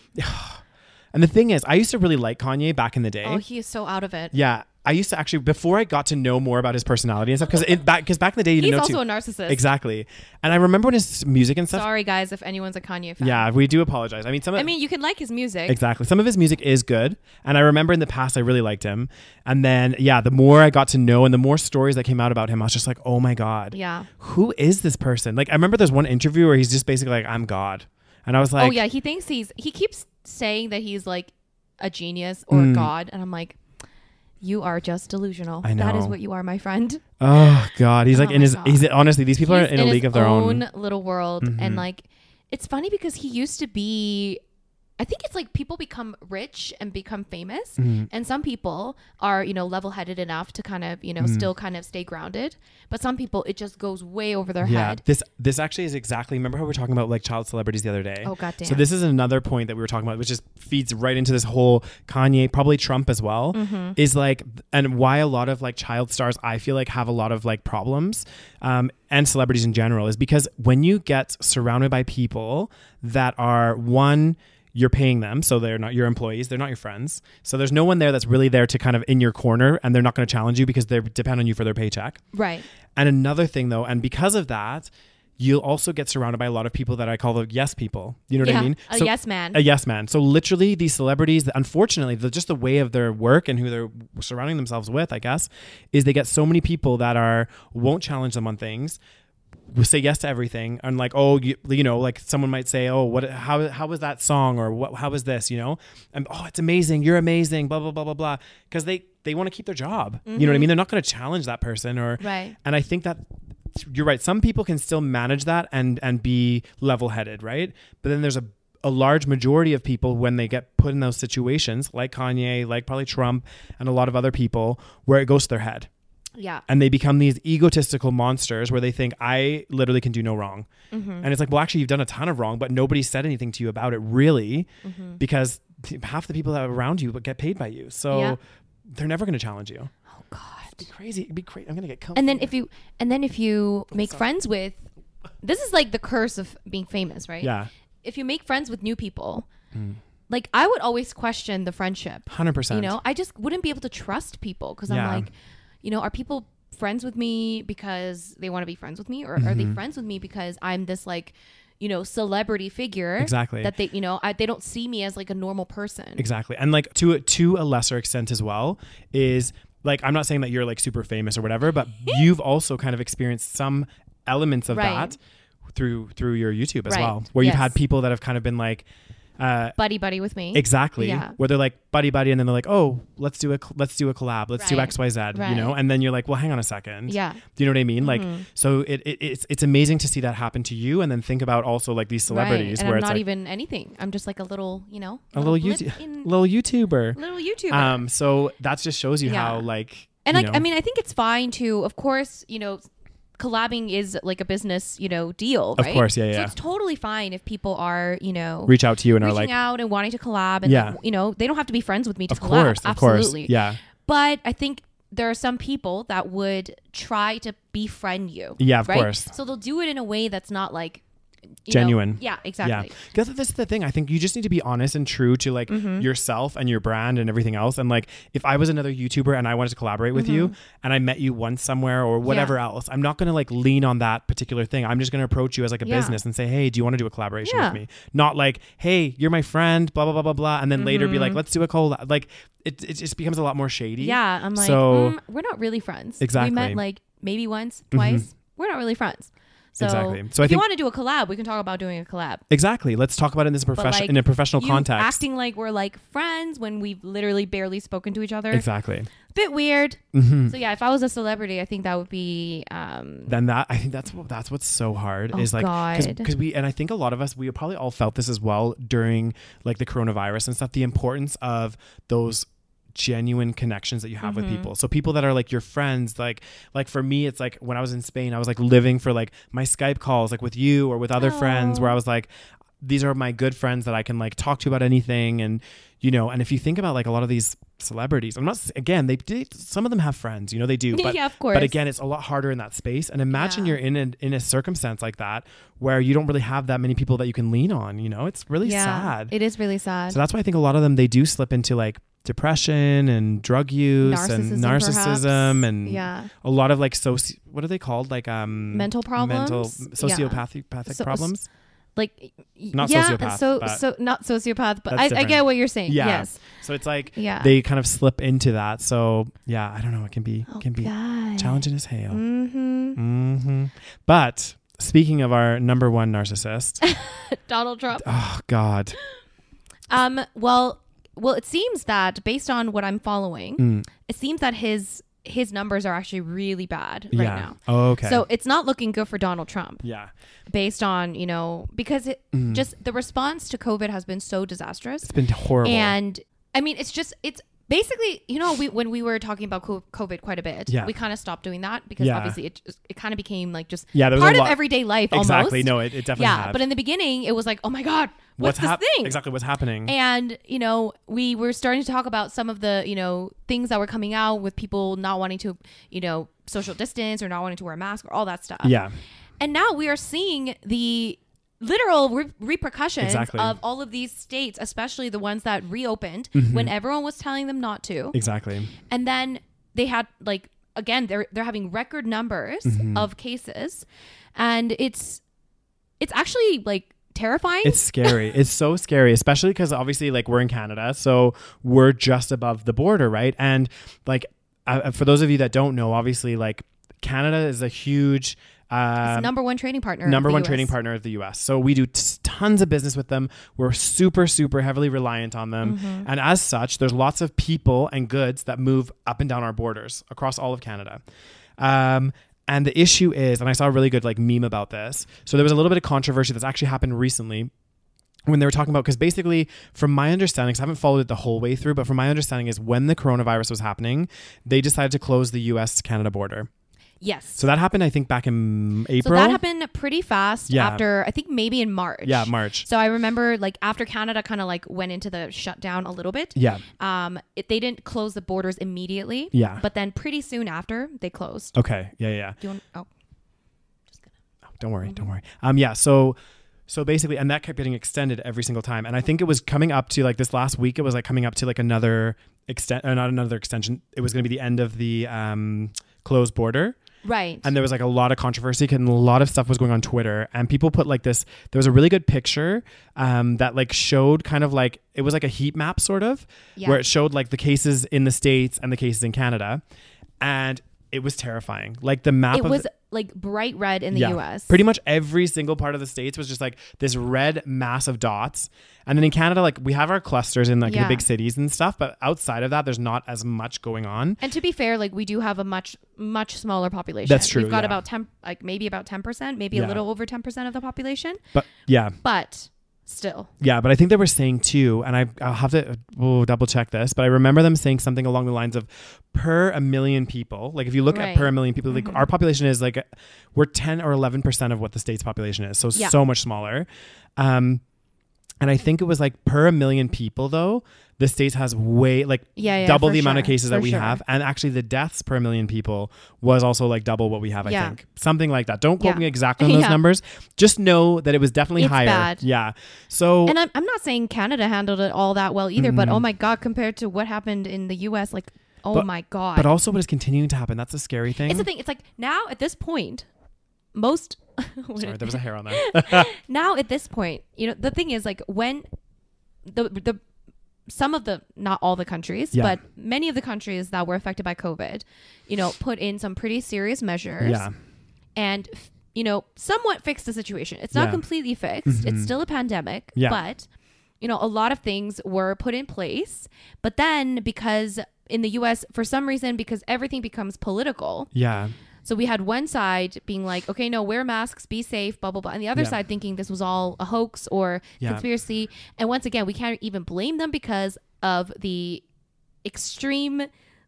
S3: And the thing is, I used to really like Kanye back in the day.
S1: Oh, he is so out of it.
S3: yeah. I used to actually before I got to know more about his personality and stuff because back because back in the day you
S1: He's
S3: didn't know
S1: also
S3: too-
S1: a narcissist.
S3: exactly. And I remember when his music and stuff.
S1: Sorry, guys, if anyone's a Kanye fan.
S3: Yeah, we do apologize. I mean, some. Of,
S1: I mean, you can like his music.
S3: Exactly. Some of his music is good. And I remember in the past, I really liked him. And then, yeah, the more I got to know and the more stories that came out about him, I was just like, oh my God.
S1: Yeah.
S3: Who is this person? Like, I remember there's one interview where he's just basically like, I'm God. And I was like,
S1: oh yeah, he thinks he's. He keeps saying that he's like a genius or god, and I'm like, you are just delusional.
S3: Mm. I
S1: That is
S3: know.
S1: what you are, my friend.
S3: oh God. He's like
S1: Oh
S3: in
S1: my
S3: his,
S1: God.
S3: he's honestly, these people
S1: He's
S3: are in, a
S1: his
S3: league of their own. Mm-hmm.
S1: little world, and like, it's funny because he used to be. I think it's like people become rich and become famous,
S3: Mm-hmm.
S1: and some people are, you know, level-headed enough to kind of, you know,
S3: Mm-hmm.
S1: still kind of stay grounded. But some people, it just goes way over their
S3: Yeah,
S1: head.
S3: this this actually is exactly. Remember how we were talking about like child celebrities the other day?
S1: Oh, goddamn.
S3: So this is another point that we were talking about, which just feeds right into this whole Kanye, probably Trump as well.
S1: Mm-hmm.
S3: Is like, and why a lot of like child stars, I feel like have a lot of like problems, um, and celebrities in general, is because when you get surrounded by people that are one. You're paying them, so they're not your employees. They're not your friends. So there's no one there that's really there to kind of in your corner, and they're not going to challenge you because they depend on you for their paycheck.
S1: Right.
S3: And another thing though, and because of that, you'll also get surrounded by a lot of people that I call the yes people. You know what
S1: Yeah,
S3: I mean?
S1: a yes man.
S3: A yes man. So literally these celebrities, unfortunately, the, just the way of their work and who they're surrounding themselves with, I guess, is they get so many people that are won't challenge them on things. will Say yes to everything, and like, oh, you, you know, like someone might say, oh, what, how, how was that song, or what, how was this, you know, and oh, it's amazing, you're amazing, blah blah blah blah blah, because they they want to keep their job, you know
S1: Mm-hmm.
S3: what I mean? They're not going to challenge that person or
S1: Right.
S3: and I think that you're right. Some people can still manage that and and be level headed, right? But then there's a a large majority of people when they get put in those situations, like Kanye, like probably Trump, and a lot of other people, where it goes to their head
S1: Yeah.
S3: and they become these egotistical monsters where they think I literally can do no wrong.
S1: Mm-hmm.
S3: And it's like, well, actually, you've done a ton of wrong, but nobody said anything to you about it, really,
S1: Mm-hmm.
S3: because t- half the people that are around you get paid by you, so
S1: Yeah.
S3: they're never going to challenge you.
S1: Oh God.
S3: Crazy, it'd be crazy. I'm going to get.
S1: and then if you and then if you make friends with this is like the curse of being famous right
S3: yeah,
S1: if you make friends with new people like i would always question the friendship
S3: hundred percent.
S1: you know i just wouldn't be able to trust people because
S3: Yeah.
S1: i'm like you know are people friends with me because they want to be friends with me or are
S3: Mm-hmm.
S1: they friends with me because i'm this like you know celebrity figure
S3: Exactly.
S1: that they you know I, they don't see me as like a normal person
S3: Exactly. And like to to a lesser extent as well is like I'm not saying that you're like super famous or whatever, but you've also kind of experienced some elements of
S1: Right.
S3: that through through your YouTube as
S1: Right.
S3: well, where you've
S1: Yes.
S3: had people that have kind of been like uh
S1: buddy buddy with me
S3: exactly
S1: Yeah.
S3: where they're like buddy buddy and then they're like, "Oh, let's do a cl- let's do a collab. Let's do
S1: Right.
S3: XYZ," you
S1: Right.
S3: know? And then you're like, "Well, hang on a second.
S1: Yeah. Mm-hmm.
S3: Do you know what I mean? Like so it, it it's it's amazing to see that happen to you and then think about also like these
S1: Right.
S3: celebrities
S1: and
S3: where
S1: i'm
S3: it's
S1: not
S3: like
S1: even anything i'm just like a little you know
S3: a little
S1: blip
S3: YouTube
S1: in-
S3: little YouTuber.
S1: little YouTuber.
S3: Um, so that just shows you
S1: Yeah.
S3: how like
S1: and
S3: you
S1: like,
S3: know,
S1: I mean, I think it's fine to, of course, you know, collabing is like a business, you know, deal.
S3: Of
S1: right?
S3: course, yeah,
S1: So
S3: yeah.
S1: it's totally fine if people are, you know,
S3: reach out to you and are
S1: reaching
S3: like,
S1: out and wanting to collab, and
S3: Yeah.
S1: like, you know, they don't have to be friends with me to
S3: of
S1: collab.
S3: course, of
S1: Absolutely.
S3: course, yeah,
S1: But I think there are some people that would try to befriend you.
S3: Yeah, of
S1: right?
S3: course.
S1: So theyll do it in a way that's not like you know-
S3: Genuine.
S1: yeah, exactly.
S3: yeah. Because this is the thing. I think you just need to be honest and true to like
S1: Mm-hmm.
S3: yourself and your brand and everything else. And like, if I was another YouTuber and I wanted to collaborate with you,
S1: Mm-hmm.
S3: and I met you once somewhere or whatever else, I'm not gonna like lean on that particular thing. I'm just gonna approach you as like a
S1: Yeah.
S3: business and say, hey, do you want to do a collaboration
S1: Yeah.
S3: with me? Not like, hey, you're my friend, blah blah blah blah blah, and then later be like,
S1: Mm-hmm.
S3: let's do a collab. Like, it it just becomes a lot more shady.
S1: Yeah, I'm like,
S3: So-
S1: mm, we're not really friends.
S3: Exactly. Mm-hmm.
S1: We met like maybe once, twice. We're not really friends. So,
S3: Exactly. So
S1: So
S3: I
S1: if you
S3: think-
S1: want to do a collab, we can talk about doing a collab.
S3: Exactly. Let's talk about it in this
S1: But,
S3: profession
S1: like,
S3: in a professional
S1: you
S3: context.
S1: acting like we're like friends when we've literally barely spoken to each other.
S3: Exactly.
S1: Bit weird.
S3: Mm-hmm.
S1: So yeah, if I was a celebrity, I think that would be. Um,
S3: Then that I think that's what that's what's so hard
S1: Oh,
S3: is like
S1: God.
S3: because we and I think a lot of us we probably all felt this as well during like the coronavirus and stuff the importance of those genuine connections that you have
S1: Mm-hmm.
S3: with people. So people that are like your friends like like for me it's like when I was in Spain I was like living for like my Skype calls like with you or with other friends
S1: Oh.
S3: where I was like these are my good friends that I can like talk to about anything and you know and if you think about like a lot of these celebrities I'm not s- again they did some of them have friends you know they do but
S1: Yeah, of
S3: but
S1: course.
S3: again it's a lot harder in that space and imagine
S1: Yeah.
S3: you're in a, in a circumstance like that where you don't really have that many people that you can lean on you know it's really
S1: yeah,
S3: sad
S1: it is really sad.
S3: so that's why I think a lot of them they do slip into like depression and drug use
S1: Narcissism,
S3: and narcissism
S1: perhaps.
S3: and
S1: Yeah.
S3: a lot of like soci what are they called like um
S1: Mental problems? Yeah.
S3: sociopathic pathic
S1: So-
S3: problems
S1: like y-
S3: Not
S1: yeah,
S3: sociopath,
S1: so
S3: but-
S1: so not sociopath, but
S3: That's
S1: I, I
S3: different.
S1: get what you're saying.
S3: Yeah.
S1: Yes.
S3: so it's like
S1: Yeah.
S3: they kind of slip into that so yeah I don't know it can be can be
S1: God.
S3: challenging as hell
S1: Mm-hmm.
S3: hmm but speaking of our number one narcissist
S1: Donald Trump.
S3: oh god
S1: Um. Well. Well, it seems that based on what I'm following,
S3: Mm,
S1: it seems that his his numbers are actually really bad right
S3: yeah
S1: now.
S3: oh, okay
S1: So it's not looking good for Donald Trump.
S3: yeah
S1: based on you know because it
S3: Mm.
S1: just the response to covid has been so disastrous
S3: it's been horrible
S1: and i mean it's just it's basically you know we when we were talking about co- covid quite a bit
S3: Yeah.
S1: we kind of stopped doing that because
S3: Yeah.
S1: obviously it just- it kind of became like just
S3: Yeah, there was
S1: part
S3: a
S1: of
S3: lot-
S1: everyday life
S3: exactly
S1: almost.
S3: no it, it definitely
S1: yeah
S3: have.
S1: but in the beginning it was like oh my god what's, this
S3: hap-
S1: thing
S3: exactly what's happening
S1: and you know we were starting to talk about some of the you know things that were coming out with people not wanting to you know social distance or not wanting to wear a mask or all that stuff
S3: yeah
S1: and now we are seeing the literal re- repercussions
S3: Exactly.
S1: of all of these states, especially the ones that reopened
S3: Mm-hmm.
S1: when everyone was telling them not to.
S3: exactly
S1: And then they had like again they're they're having record numbers
S3: Mm-hmm.
S1: of cases and it's it's actually like terrifying.
S3: It's scary. it's so scary, especially because obviously, like, we're in Canada, so we're just above the border, right? And like, uh, for those of you that don't know, obviously, like, Canada is a huge.
S1: It's the
S3: Um,
S1: number one trading partner. of
S3: Number
S1: the
S3: one
S1: US.
S3: trading partner of the US. So we do t- tons of business with them. We're super, super heavily reliant on them.
S1: Mm-hmm.
S3: And as such, there's lots of people and goods that move up and down our borders across all of Canada. Um, and the issue is, and I saw a really good like meme about this. So there was a little bit of controversy that's actually happened recently when they were talking about because basically from my understanding 'cause i haven't followed it the whole way through but from my understanding is when the coronavirus was happening they decided to close the us canada border
S1: Yes.
S3: so
S1: So,
S3: that happened i think back in april
S1: that happened pretty fast
S3: Yeah.
S1: after I think maybe in March.
S3: yeah march
S1: So I remember like after Canada kind of like went into the shutdown a little bit.
S3: yeah
S1: Um, it, they didn't close the borders immediately.
S3: Yeah.
S1: But then pretty soon after they closed.
S3: Okay. Yeah, yeah. yeah.
S1: Do you want? Oh, just gonna.
S3: Don't worry. Don't worry. Um. Yeah. So, so basically, and that kept getting extended every single time. And I think it was coming up to like this last week. It was like coming up to like another extent, or not another extension. It was going to be the end of the um closed border.
S1: Right.
S3: And there was like a lot of controversy and a lot of stuff was going on Twitter. And people put like this, there was a really good picture um, that like showed kind of like, it was like a heat map sort of,
S1: Yeah.
S3: where it showed like the cases in the States and the cases in Canada. And it was terrifying. Like the map
S1: it
S3: of
S1: was like bright red in the U.S.
S3: Pretty much every single part of the states was just like this red mass of dots. And then in Canada, like we have our clusters in like
S1: Yeah.
S3: the big cities and stuff, but outside of that, there's not as much going on.
S1: And to be fair, like we do have a much much smaller population.
S3: That's true,
S1: We've got
S3: yeah.
S1: about ten, like maybe about ten percent, maybe a
S3: Yeah.
S1: little over ten percent of the population,
S3: But yeah,
S1: but still.
S3: yeah. But I think they were saying too, and I, I'll have to oh, double check this, but I remember them saying something along the lines of per a million people. Like if you look
S1: Right. Mm-hmm.
S3: at per a million people, like our population is like we're 10 or 11% of what the state's population is. So,
S1: Yeah.
S3: so much smaller. Um, and I think it was like per a million people, though, the states has way like
S1: Yeah, yeah,
S3: double
S1: for
S3: the amount of
S1: sure,
S3: cases that
S1: for
S3: we
S1: sure.
S3: have. And actually, the deaths per million people was also like double what we have,
S1: Yeah.
S3: I think. Something like that. Don't quote
S1: Yeah.
S3: me exactly on those
S1: Yeah.
S3: numbers. Just know that it was definitely
S1: It's
S3: higher.
S1: bad.
S3: Yeah. So,
S1: And I'm, I'm not saying Canada handled it all that well either, but oh my god, compared to what happened in the U.S., like oh
S3: Mm. But-
S1: my god.
S3: but also what is continuing to happen. That's a scary thing.
S1: it's the thing. It's like now at this point, most.
S3: Sorry, there was a hair on there.
S1: now at this point, you know, the thing is like when the the some of the not all the countries,
S3: Yeah.
S1: but many of the countries that were affected by COVID, you know, put in some pretty serious measures
S3: yeah.
S1: and f- you know, somewhat fixed the situation. It's not
S3: Yeah. Mm-hmm.
S1: completely fixed. It's still a pandemic,
S3: Yeah.
S1: but you know, a lot of things were put in place, but then because in the US for some reason because everything becomes political,
S3: Yeah.
S1: so we had one side being like, okay, no, wear masks, be safe, blah, blah, blah. And the other
S3: Yeah.
S1: side thinking this was all a hoax or
S3: Yeah.
S1: conspiracy. And once again, we can't even blame them because of the extreme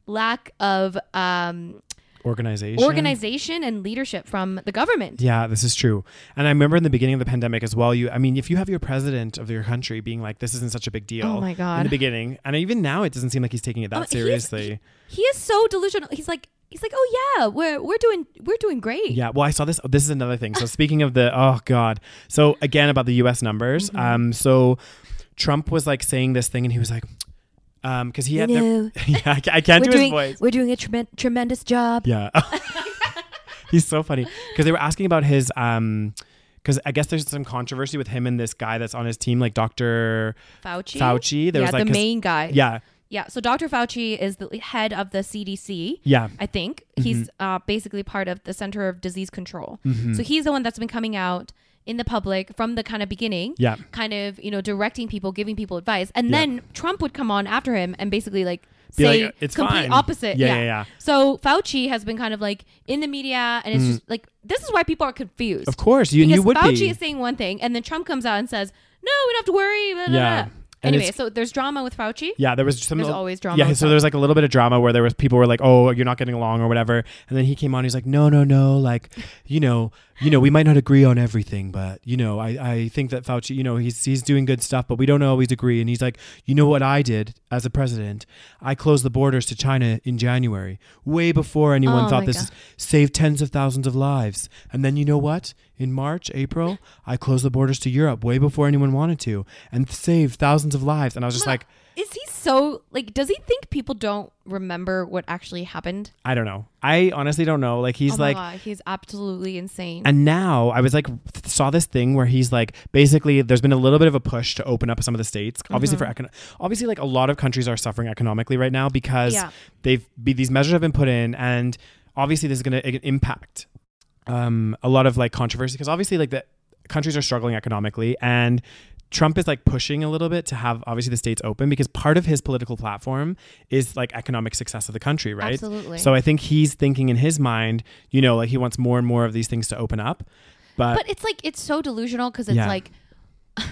S1: lack of um,
S3: Organization.
S1: organization and leadership from the government.
S3: Yeah, this is true. And I remember in the beginning of the pandemic as well, you I mean, if you have your president of your country being like, This isn't such a big deal
S1: Oh my God.
S3: in the beginning. And even now it doesn't seem like he's taking it that
S1: Oh, he's-
S3: seriously.
S1: He is so delusional. He's like, he's like, oh yeah, we're we're doing we're doing great.
S3: Yeah. Well, I saw this. This is another thing. So speaking of the oh god. So
S1: Mm-hmm.
S3: again about the U.S. numbers. Um. So Trump was like saying this thing, and he was like, because he
S1: You
S3: had
S1: know,
S3: the, yeah, I ca- I can't
S1: we're
S3: do his
S1: doing
S3: voice.
S1: we're doing a tremen- tremendous job.
S3: Yeah. He's so funny because they were asking about his um because I guess there's some controversy with him and this guy that's on his team, like Doctor.
S1: Fauci.
S3: Fauci, there
S1: yeah,
S3: was, like,
S1: the
S3: his-
S1: main guy.
S3: Yeah,
S1: Yeah. So Dr. Fauci is the head of the CDC.
S3: yeah, Mm-hmm.
S1: I think he's uh, basically part of the Center of Disease Control.
S3: Mm-hmm.
S1: So he's the one that's been coming out in the public from the kind of beginning,
S3: Yeah.
S1: kind of you know directing people, giving people advice, and
S3: Yeah.
S1: then Trump would come on after him and basically like
S3: Be
S1: say
S3: like, "It's
S1: complete
S3: fine."
S1: opposite.
S3: Yeah, yeah, yeah.
S1: So Fauci has been kind of like in the media, and it's just like this is why people are confused.
S3: Mm-hmm. Of course, you you
S1: because
S3: would
S1: Fauci
S3: be.
S1: is saying one thing, and then Trump comes out and says, "No, we don't have to worry." blah, blah,
S3: Yeah.
S1: blah."
S3: And
S1: Anyway,
S3: it's-
S1: so there's drama with Fauci.
S3: yeah, there was some.
S1: There's always drama
S3: Yeah,
S1: with
S3: so
S1: that.
S3: there was like a little bit of drama where there was people were like, "Oh, you're not getting along" or whatever, and then he came on. He's like, "No, no, no, like, you know, you know, we might not agree on everything, but you know, I, I think that Fauci, you know, he's he's doing good stuff, but we don't always agree." And he's like, "You know what I did as a president? I closed the borders to China in January, way before anyone
S1: Oh
S3: thought
S1: my
S3: this
S1: God.
S3: is, saved tens of thousands of lives. And then you know what? In March, April, I closed the borders to Europe way before anyone wanted to, and saved thousands of lives." And I was just like.
S1: Is he so like? Does he think people don't remember what actually happened?
S3: I don't know. I honestly don't know. Like he's
S1: oh
S3: like
S1: my God, he's absolutely insane.
S3: and now I was like th- saw this thing where he's like basically there's been a little bit of a push to open up some of the states obviously
S1: Mm-hmm.
S3: for econ- obviously like a lot of countries are suffering economically right now because
S1: Yeah.
S3: they've be- these measures have been put in and obviously this is going to impact um, a lot of like controversy because obviously like the countries are struggling economically and Trump is like pushing a little bit to have obviously the states open because part of his political platform is like economic success of the country, right?
S1: Absolutely.
S3: So I think he's thinking in his mind, you know, like he wants more and more of these things to open up. But,
S1: but it's like it's so delusional because it's
S3: Uh, Yeah.
S1: like,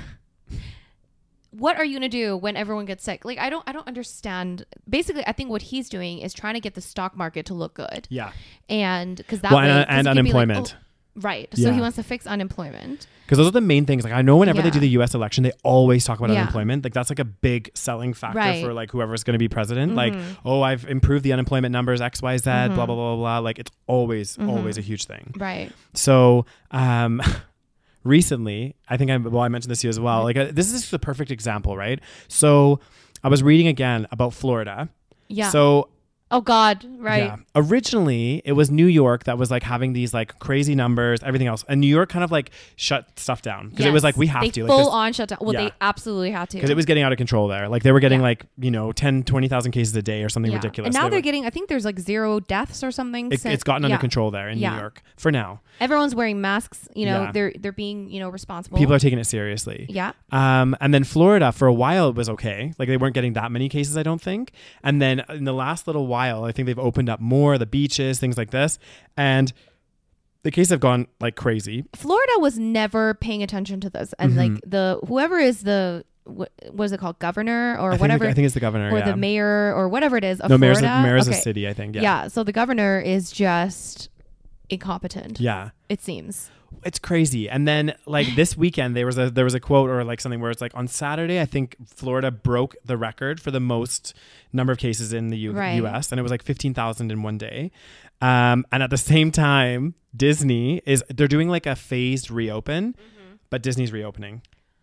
S1: what are you gonna do when everyone gets sick? Like I don't, I don't understand. Basically, I think what he's doing is trying to get the stock market to look good,
S3: yeah,
S1: and because that
S3: well,
S1: way,
S3: and, uh,
S1: 'cause
S3: and
S1: he could be like,
S3: unemployment.
S1: oh, right. So
S3: Yeah.
S1: he wants to fix unemployment.
S3: Because those are the main things. Like I know whenever they
S1: Yeah.
S3: do the U.S. election, they always talk about
S1: Yeah.
S3: unemployment. Like that's like a big selling factor
S1: Right. Mm-hmm.
S3: for like whoever's going to be president. Like oh, I've improved the unemployment numbers X, Y, Z, blah blah blah blah blah. Like it's always
S1: Mm-hmm.
S3: always a huge thing.
S1: Right.
S3: So um, recently, I think I well I mentioned this to you as well. Like uh, this is just the perfect example, right? So I was reading again about Florida.
S1: Yeah.
S3: So
S1: oh God. Right.
S3: yeah. Originally, it was New York that was like having these like crazy numbers, everything else, and New York kind of like shut stuff down because it was
S1: Yes.
S3: like we have
S1: They
S3: to,
S1: full
S3: like
S1: on shutdown. Well,
S3: Yeah.
S1: they absolutely had to
S3: because it was getting out of control there. Like they were getting
S1: Yeah.
S3: like you know 10, 20,000 cases a day or something
S1: Yeah.
S3: ridiculous.
S1: And now
S3: They
S1: they're
S3: were-
S1: getting. I think there's like zero deaths or something.
S3: it,
S1: since-
S3: it's gotten under
S1: yeah.
S3: control there in New
S1: Yeah.
S3: York for now.
S1: Everyone's wearing masks. You know,
S3: Yeah.
S1: they're they're being you know responsible.
S3: People are taking it seriously.
S1: yeah.
S3: Um, and then Florida for a while it was okay. Like they weren't getting that many cases, I don't think. And then in the last little while, I think they've opened up more the beaches, things like this, and the cases have gone like crazy.
S1: Florida was never paying attention to this, and like
S3: Mm-hmm.
S1: the whoever is the what, what is it called, governor or
S3: I think the-
S1: whatever,
S3: I think it's the governor
S1: or
S3: yeah.
S1: the mayor or whatever it is of
S3: No, mayor's,
S1: Florida.
S3: a, mayor's
S1: Okay.
S3: a city, I think.
S1: Yeah.
S3: Yeah. yeah.
S1: So the governor is just incompetent. It seems.
S3: It's crazy. And then like this weekend there was a there was a quote or like something where it's like on Saturday I think Florida broke the record for the most number of cases in the U-
S1: Right.
S3: US and it was like 15,000 in one day. Um and at the same time Disney is they're doing like a phased reopen but Disney's reopening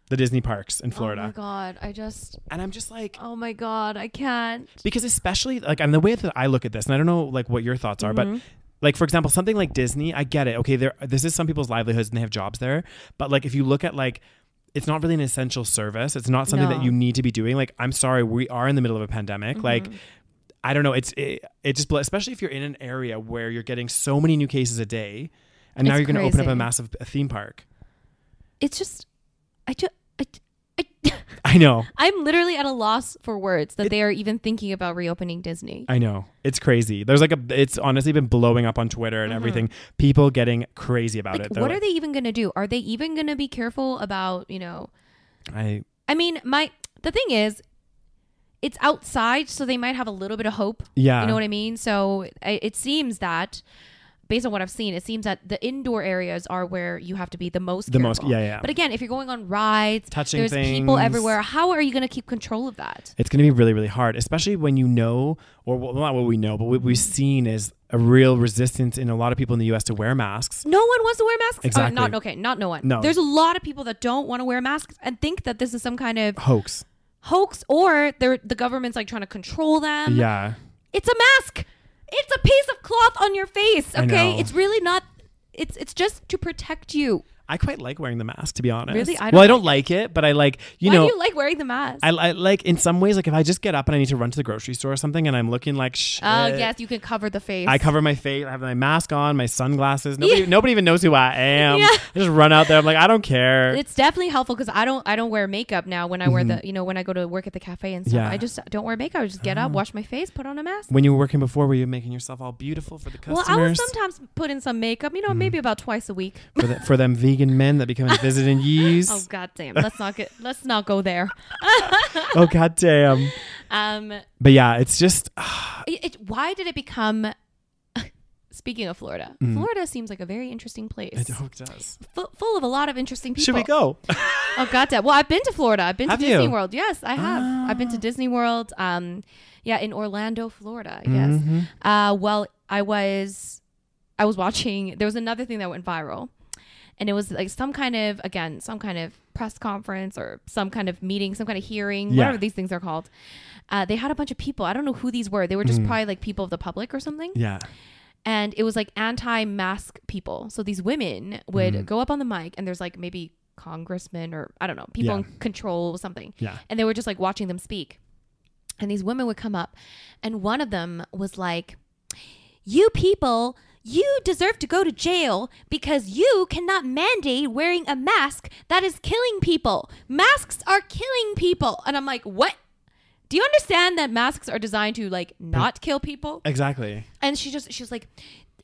S3: the Disney parks in
S1: Mm-hmm. Oh my
S3: Florida.
S1: god! I just.
S3: and I'm just like
S1: Oh my god! I can't.
S3: because especially like and the way that I look at this, and I don't know like what your thoughts are,
S1: Mm-hmm.
S3: but like for example, something like Disney, I get it. Okay, there this is some people's livelihoods and they have jobs there, but like if you look at like it's not really an essential service. It's not something that
S1: No. Mm-hmm.
S3: you need to be doing. Like I'm sorry, we are in the middle of a pandemic. Like I don't know. It's it, it just blo- especially if you're in an area where you're getting so many new cases a day, and now
S1: It's
S3: you're going to open up a
S1: crazy.
S3: massive a theme park.
S1: It's just. I just. I. I
S3: I know.
S1: I'm literally at a loss for words that
S3: It-
S1: they are even thinking about reopening Disney.
S3: I know. It's crazy. There's like a it's honestly been blowing up on Twitter and everything. People getting crazy about
S1: Mm-hmm. like,
S3: it.
S1: what are they even going to do? Are they even going to be careful about, you know,
S3: they I
S1: I mean, my the thing is it's outside so they might have a little bit of hope.
S3: Yeah.
S1: You know what I mean? So I, it seems that based on what I've seen, it seems that the indoor areas are where you have to be the most
S3: The most-
S1: careful.
S3: yeah, yeah.
S1: But again, if you're going on rides,
S3: Touching
S1: there's people
S3: things.
S1: everywhere. How are you going to keep control of that?
S3: It's going to be really, really hard, especially when you know, or well, not what we know, but what we've seen is a real resistance in a lot of people in the U.S. to wear masks.
S1: No one wants to wear masks. Or
S3: Exactly.
S1: not okay. Not no one.
S3: No.
S1: There's a lot of people that don't want to wear masks and think that this is some kind of
S3: Hoax.
S1: hoax or they're the government's like trying to control them.
S3: Yeah.
S1: It's a mask. It's a piece of cloth on your face.
S3: I
S1: Okay.
S3: know.
S1: It's really not it's it's just to protect you.
S3: I quite like wearing the mask, to be honest.
S1: Really? I don't
S3: well, I don't like it, but I like, you
S1: Why
S3: know,
S1: do you like wearing the mask?
S3: I, I like, in some ways, like if I just get up and I need to run to the grocery store or something and I'm looking like shit.
S1: Oh yes, you can cover the face.
S3: I cover my face. I have my mask on, my sunglasses. Nobody,
S1: Yeah.
S3: nobody even knows who I am.
S1: Yeah.
S3: I just run out there. I'm like, I don't care.
S1: It's definitely helpful because I don't I don't wear makeup now when I wear the you know when I go to work at the cafe and stuff.
S3: Mm-hmm. Yeah. Oh.
S1: I just don't wear makeup. I just get up, wash my face, put on a mask.
S3: when you were working before, were you making yourself all beautiful for the
S1: Well,
S3: customers? Mm-hmm.
S1: I will sometimes put in some makeup. You know, maybe about twice a week.
S3: for, the, for them vegan men that be coming visiting years.
S1: Oh god damn. Let's not get let's not go there.
S3: oh god damn
S1: Um
S3: but yeah it's just ah,
S1: it, it, why did it become Speaking of Florida,
S3: Mm-hmm.
S1: Florida seems like a very interesting place,
S3: it always does
S1: Fu- full of a lot of interesting people.
S3: should we go
S1: Oh goddamn! Well, I've been to Florida. I've been
S3: Have
S1: to Disney
S3: you? Ah.
S1: World. Yes, I have. I've been to Disney World. Um, yeah, in Orlando, Florida.
S3: Mm-hmm.
S1: Yes. Uh, well, I was, I was watching. There was another thing that went viral, and it was like some kind of again, some kind of press conference or some kind of meeting, some kind of hearing,
S3: Yeah.
S1: whatever these things are called. Uh, they had a bunch of people. I don't know who these were. They were
S3: Hmm.
S1: just probably like people of the public or something
S3: yeah
S1: and it was like anti-mask people. So these women would
S3: Hmm.
S1: go up on the mic, and there's like maybe congressmen or I don't know people
S3: Yeah.
S1: in control or something,
S3: yeah
S1: and they were just like watching them speak. And these women would come up, and one of them was like, "You people." You deserve to go to jail because you cannot mandate wearing a mask that is killing people. Masks are killing people. And I'm like, what? Do you understand that masks are designed to like not kill people?
S3: exactly
S1: and she just she was like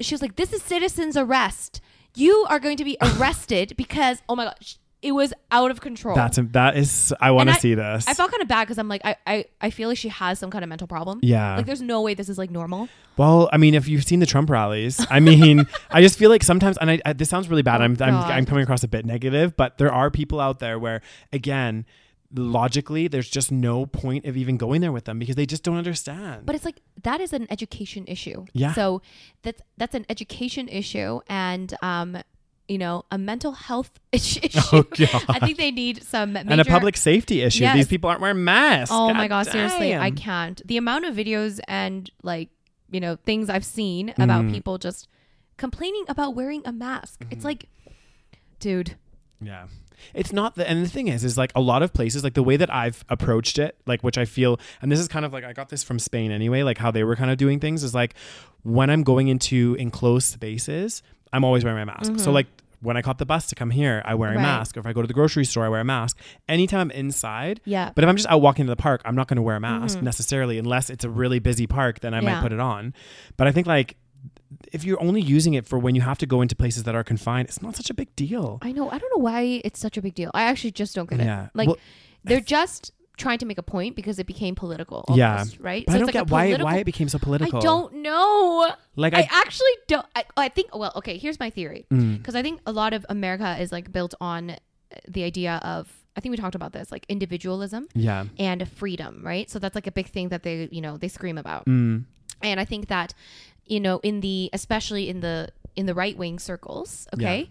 S1: she was like this is citizens arrest you are going to be arrested because oh my gosh it was out of control
S3: that's that is i want to
S1: Oh. And I-
S3: see this
S1: i felt kind of bad because i'm like I, I i feel like she has some kind of mental problem
S3: Yeah.
S1: like there's no way this is like normal
S3: well i mean if you've seen the trump rallies i mean i just feel like sometimes and I, I this sounds really bad I'm, I'm
S1: Oh, God.
S3: i'm coming across a bit negative but there are people out there where again logically there's just no point of even going there with them because they just don't understand
S1: but it's like that is an education issue
S3: Yeah.
S1: so that's that's an education issue and um you know a mental health issue
S3: Oh, God.
S1: i think they need some major
S3: and a public safety issue
S1: Yes.
S3: these people aren't wearing masks
S1: Oh my gosh, seriously, I
S3: damn.
S1: can't. The amount of videos and like, you know, things I've seen about
S3: Mm.
S1: people just complaining about wearing a mask. It's like, dude,
S3: Yeah. It's not the and the thing is is like a lot of places like the way that I've approached it like which I feel and this is kind of like I got this from Spain anyway like how they were kind of doing things is like when I'm going into enclosed spaces I'm always wearing my mask. So like when I caught the bus to come here I wear a
S1: Mm-hmm. Right.
S3: mask or if I go to the grocery store I wear a mask. Anytime I'm inside
S1: Yeah.
S3: But if I'm just out walking to the park I'm not going to wear a mask necessarily unless it's a really busy park then I
S1: Mm-hmm. Yeah.
S3: might put it on. But I think like if you're only using it for when you have to go into places that are confined it's not such a big deal.
S1: I know. I don't know why it's such a big deal. I actually just don't get
S3: Yeah.
S1: it. Like,
S3: Well,
S1: they're just trying to make a point because it became political.
S3: Yeah.
S1: almost, right.
S3: But I
S1: it's
S3: don't
S1: like a
S3: get why it, why
S1: political-
S3: it became so political.
S1: I don't know.
S3: Like,
S1: I,
S3: I- Mm.
S1: actually don't. I, I think. Well, okay. Here's my theory. Because I think a lot of America is like built on uh, the idea of. I think we talked about this, like individualism.
S3: Yeah.
S1: and freedom, right? So that's like a big thing that they, you know, they scream about.
S3: Mm.
S1: And I think that, you know, in the especially in the in the right wing circles, okay?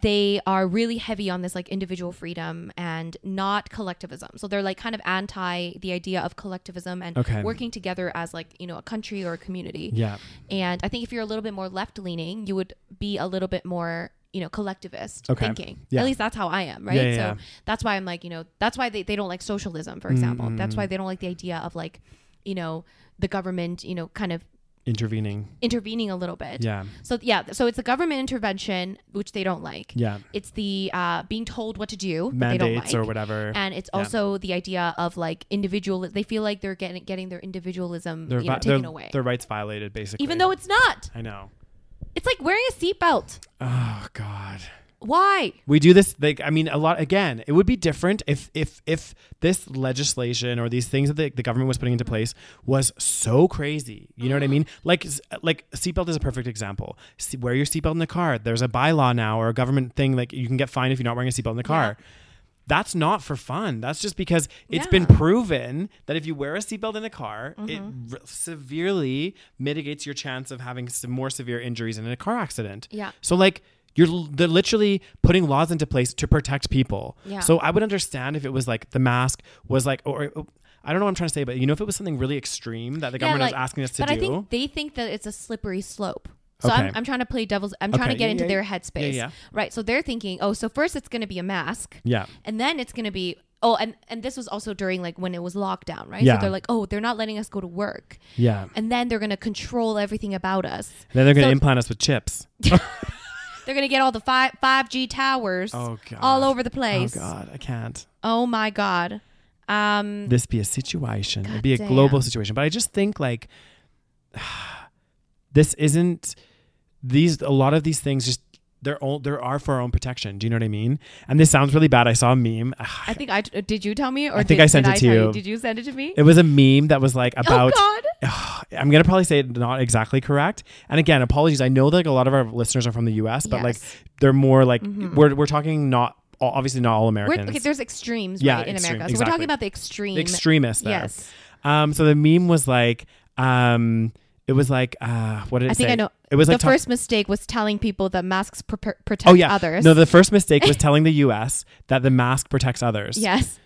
S1: They are really heavy on this like individual freedom and not collectivism. So they're like kind of anti the idea of collectivism and
S3: Okay.
S1: working together as like, you know, a country or a community.
S3: Yeah.
S1: And I think if you're a little bit more left leaning, you would be a little bit more, you know, collectivist
S3: Okay.
S1: thinking.
S3: Yeah.
S1: At least that's how I am, right?
S3: Yeah, yeah, yeah.
S1: so that's why I'm like, you know, that's why they, they don't like socialism, for example. That's
S3: Mm.
S1: why they don't like the idea of like, you know, the government, you know, kind of
S3: Intervening.
S1: intervening a little bit.
S3: Yeah.
S1: So yeah, so it's the government intervention, which they don't like.
S3: Yeah.
S1: It's the uh, being told what to do that they don't
S3: Mandates
S1: like.
S3: or whatever.
S1: And it's
S3: Yeah.
S1: also the idea of like individual. They feel like they're getting getting their individualism
S3: Their
S1: you know,
S3: vi-
S1: taken
S3: their-
S1: away,
S3: Their rights violated, basically.
S1: even though it's not.
S3: I know.
S1: It's like wearing a seatbelt.
S3: Oh God.
S1: Why?
S3: We do this like I mean a lot again, it would be different if if if this legislation or these things that the, the government was putting into place was so crazy. You know what I mean? Like s- like seatbelt is a perfect example. Se- wear your seatbelt in the car. There's a bylaw now or a government thing like you can get fined if you're not wearing a seatbelt in the car. That's not for fun. That's just because it's been
S1: Yeah. Mm-hmm.
S3: proven that if you wear a seatbelt in a car, it r- severely mitigates your chance of having some more severe injuries in a car accident.
S1: Yeah.
S3: So like You're l- they're literally putting laws into place to protect people.
S1: Yeah.
S3: So I would understand if it was like the mask was like or. or- I don't know what I'm trying to say, but you know, if it was something really extreme that the government
S1: like-
S3: was asking us to
S1: but
S3: do,
S1: I think they think that it's a slippery slope. So I'm,
S3: Okay.
S1: I'm trying to play devil's. I'm trying to
S3: Okay.
S1: get
S3: Yeah,
S1: into
S3: yeah,
S1: their
S3: yeah.
S1: headspace,
S3: yeah.
S1: right? So they're thinking, oh, so first it's going to be a mask,
S3: yeah,
S1: and then it's going to be oh, and and this was also during like when it was lockdown, right?
S3: Yeah.
S1: So they're like, oh, they're not letting us go to work,
S3: yeah.
S1: and then they're going to control everything about us.
S3: Then they're going to
S1: So-
S3: implant us with chips.
S1: They're going to get all the five five G towers
S3: Oh, God.
S1: all over the
S3: Oh
S1: place.
S3: God, I can't.
S1: Oh my god. Um,
S3: This be a situation. It'd be a
S1: Goddamn.
S3: global situation. But I just think like this isn't these a lot of these things just they're all there are for our own protection. Do you know what I mean? And this sounds really bad. I saw a meme.
S1: I think I did. You tell me, or
S3: I think
S1: did,
S3: I sent
S1: did
S3: it to
S1: tell
S3: you.
S1: Did you send it to me?
S3: It was a meme that was like about
S1: oh God.
S3: I'm gonna probably say it not exactly correct. And again, apologies. I know like a lot of our listeners are from the US, but like
S1: Yes. Mm-hmm.
S3: they're more like we're we're talking not obviously not all
S1: We're,
S3: Americans.
S1: okay, there's extremes,
S3: Yeah,
S1: right, in
S3: extreme,
S1: America. So we're
S3: exactly.
S1: talking about the extreme.
S3: extremists there.
S1: Yes.
S3: Um, so the meme was like, um, it was like, uh, what did it
S1: I think
S3: say?
S1: I know.
S3: It was like
S1: the
S3: talk-
S1: first mistake was telling people that masks pr- pr- protect
S3: Oh yeah.
S1: others.
S3: No, the first mistake was telling the U.S. that the mask protects others.
S1: yes.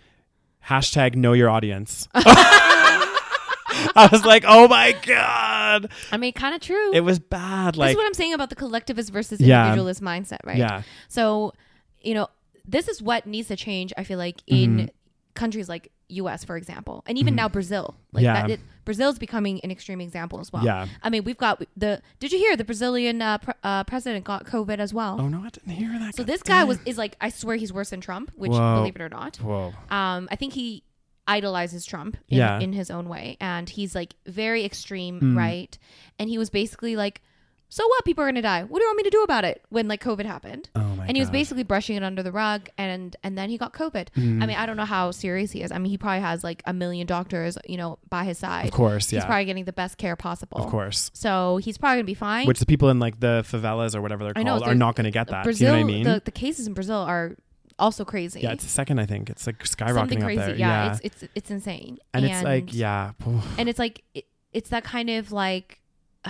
S3: Hashtag know your audience. I was like, oh my god,
S1: I mean, kind of true.
S3: it was bad.
S1: this is
S3: Like,
S1: what I'm saying about the collectivist versus
S3: Yeah.
S1: individualist mindset, right?
S3: yeah,
S1: So, you know, this is what needs to change. I feel like in
S3: Mm-hmm.
S1: countries like U.S., for example, and even now Brazil. Like
S3: Yeah.
S1: that, it, Brazil's becoming an extreme example as well.
S3: Yeah.
S1: I mean, we've got the. Did you hear the Brazilian uh, pr- uh, president got COVID as well?
S3: Oh no, I didn't hear that.
S1: So this guy was is like I swear he's worse than Trump, which
S3: Whoa.
S1: believe it or not,
S3: Whoa.
S1: um, I think he idolizes Trump in,
S3: Yeah. Hmm.
S1: in his own way, and he's like very extreme right, and he was basically like, "So what? People are gonna die. What do you want me to do about it?" When like COVID happened,
S3: Oh my.
S1: and he was
S3: God.
S1: basically brushing it under the rug, and and then he got COVID.
S3: Hmm.
S1: I mean, I don't know how serious he is. I mean, he probably has like a million doctors, you know, by his side.
S3: Of course,
S1: he's
S3: yeah.
S1: probably getting the best care possible.
S3: of course.
S1: So he's probably gonna be fine.
S3: Which the people in like the favelas or whatever they're
S1: I
S3: called
S1: know,
S3: are
S1: they're-
S3: not going to get that.
S1: Brazil,
S3: Do you know what I mean?
S1: the, the cases in Brazil are also crazy.
S3: yeah, it's the second. I think it's like skyrocketing
S1: something
S3: up
S1: crazy.
S3: there.
S1: yeah, it's it's it's insane.
S3: and, it's like yeah poof.
S1: and it's like it, it's that kind of like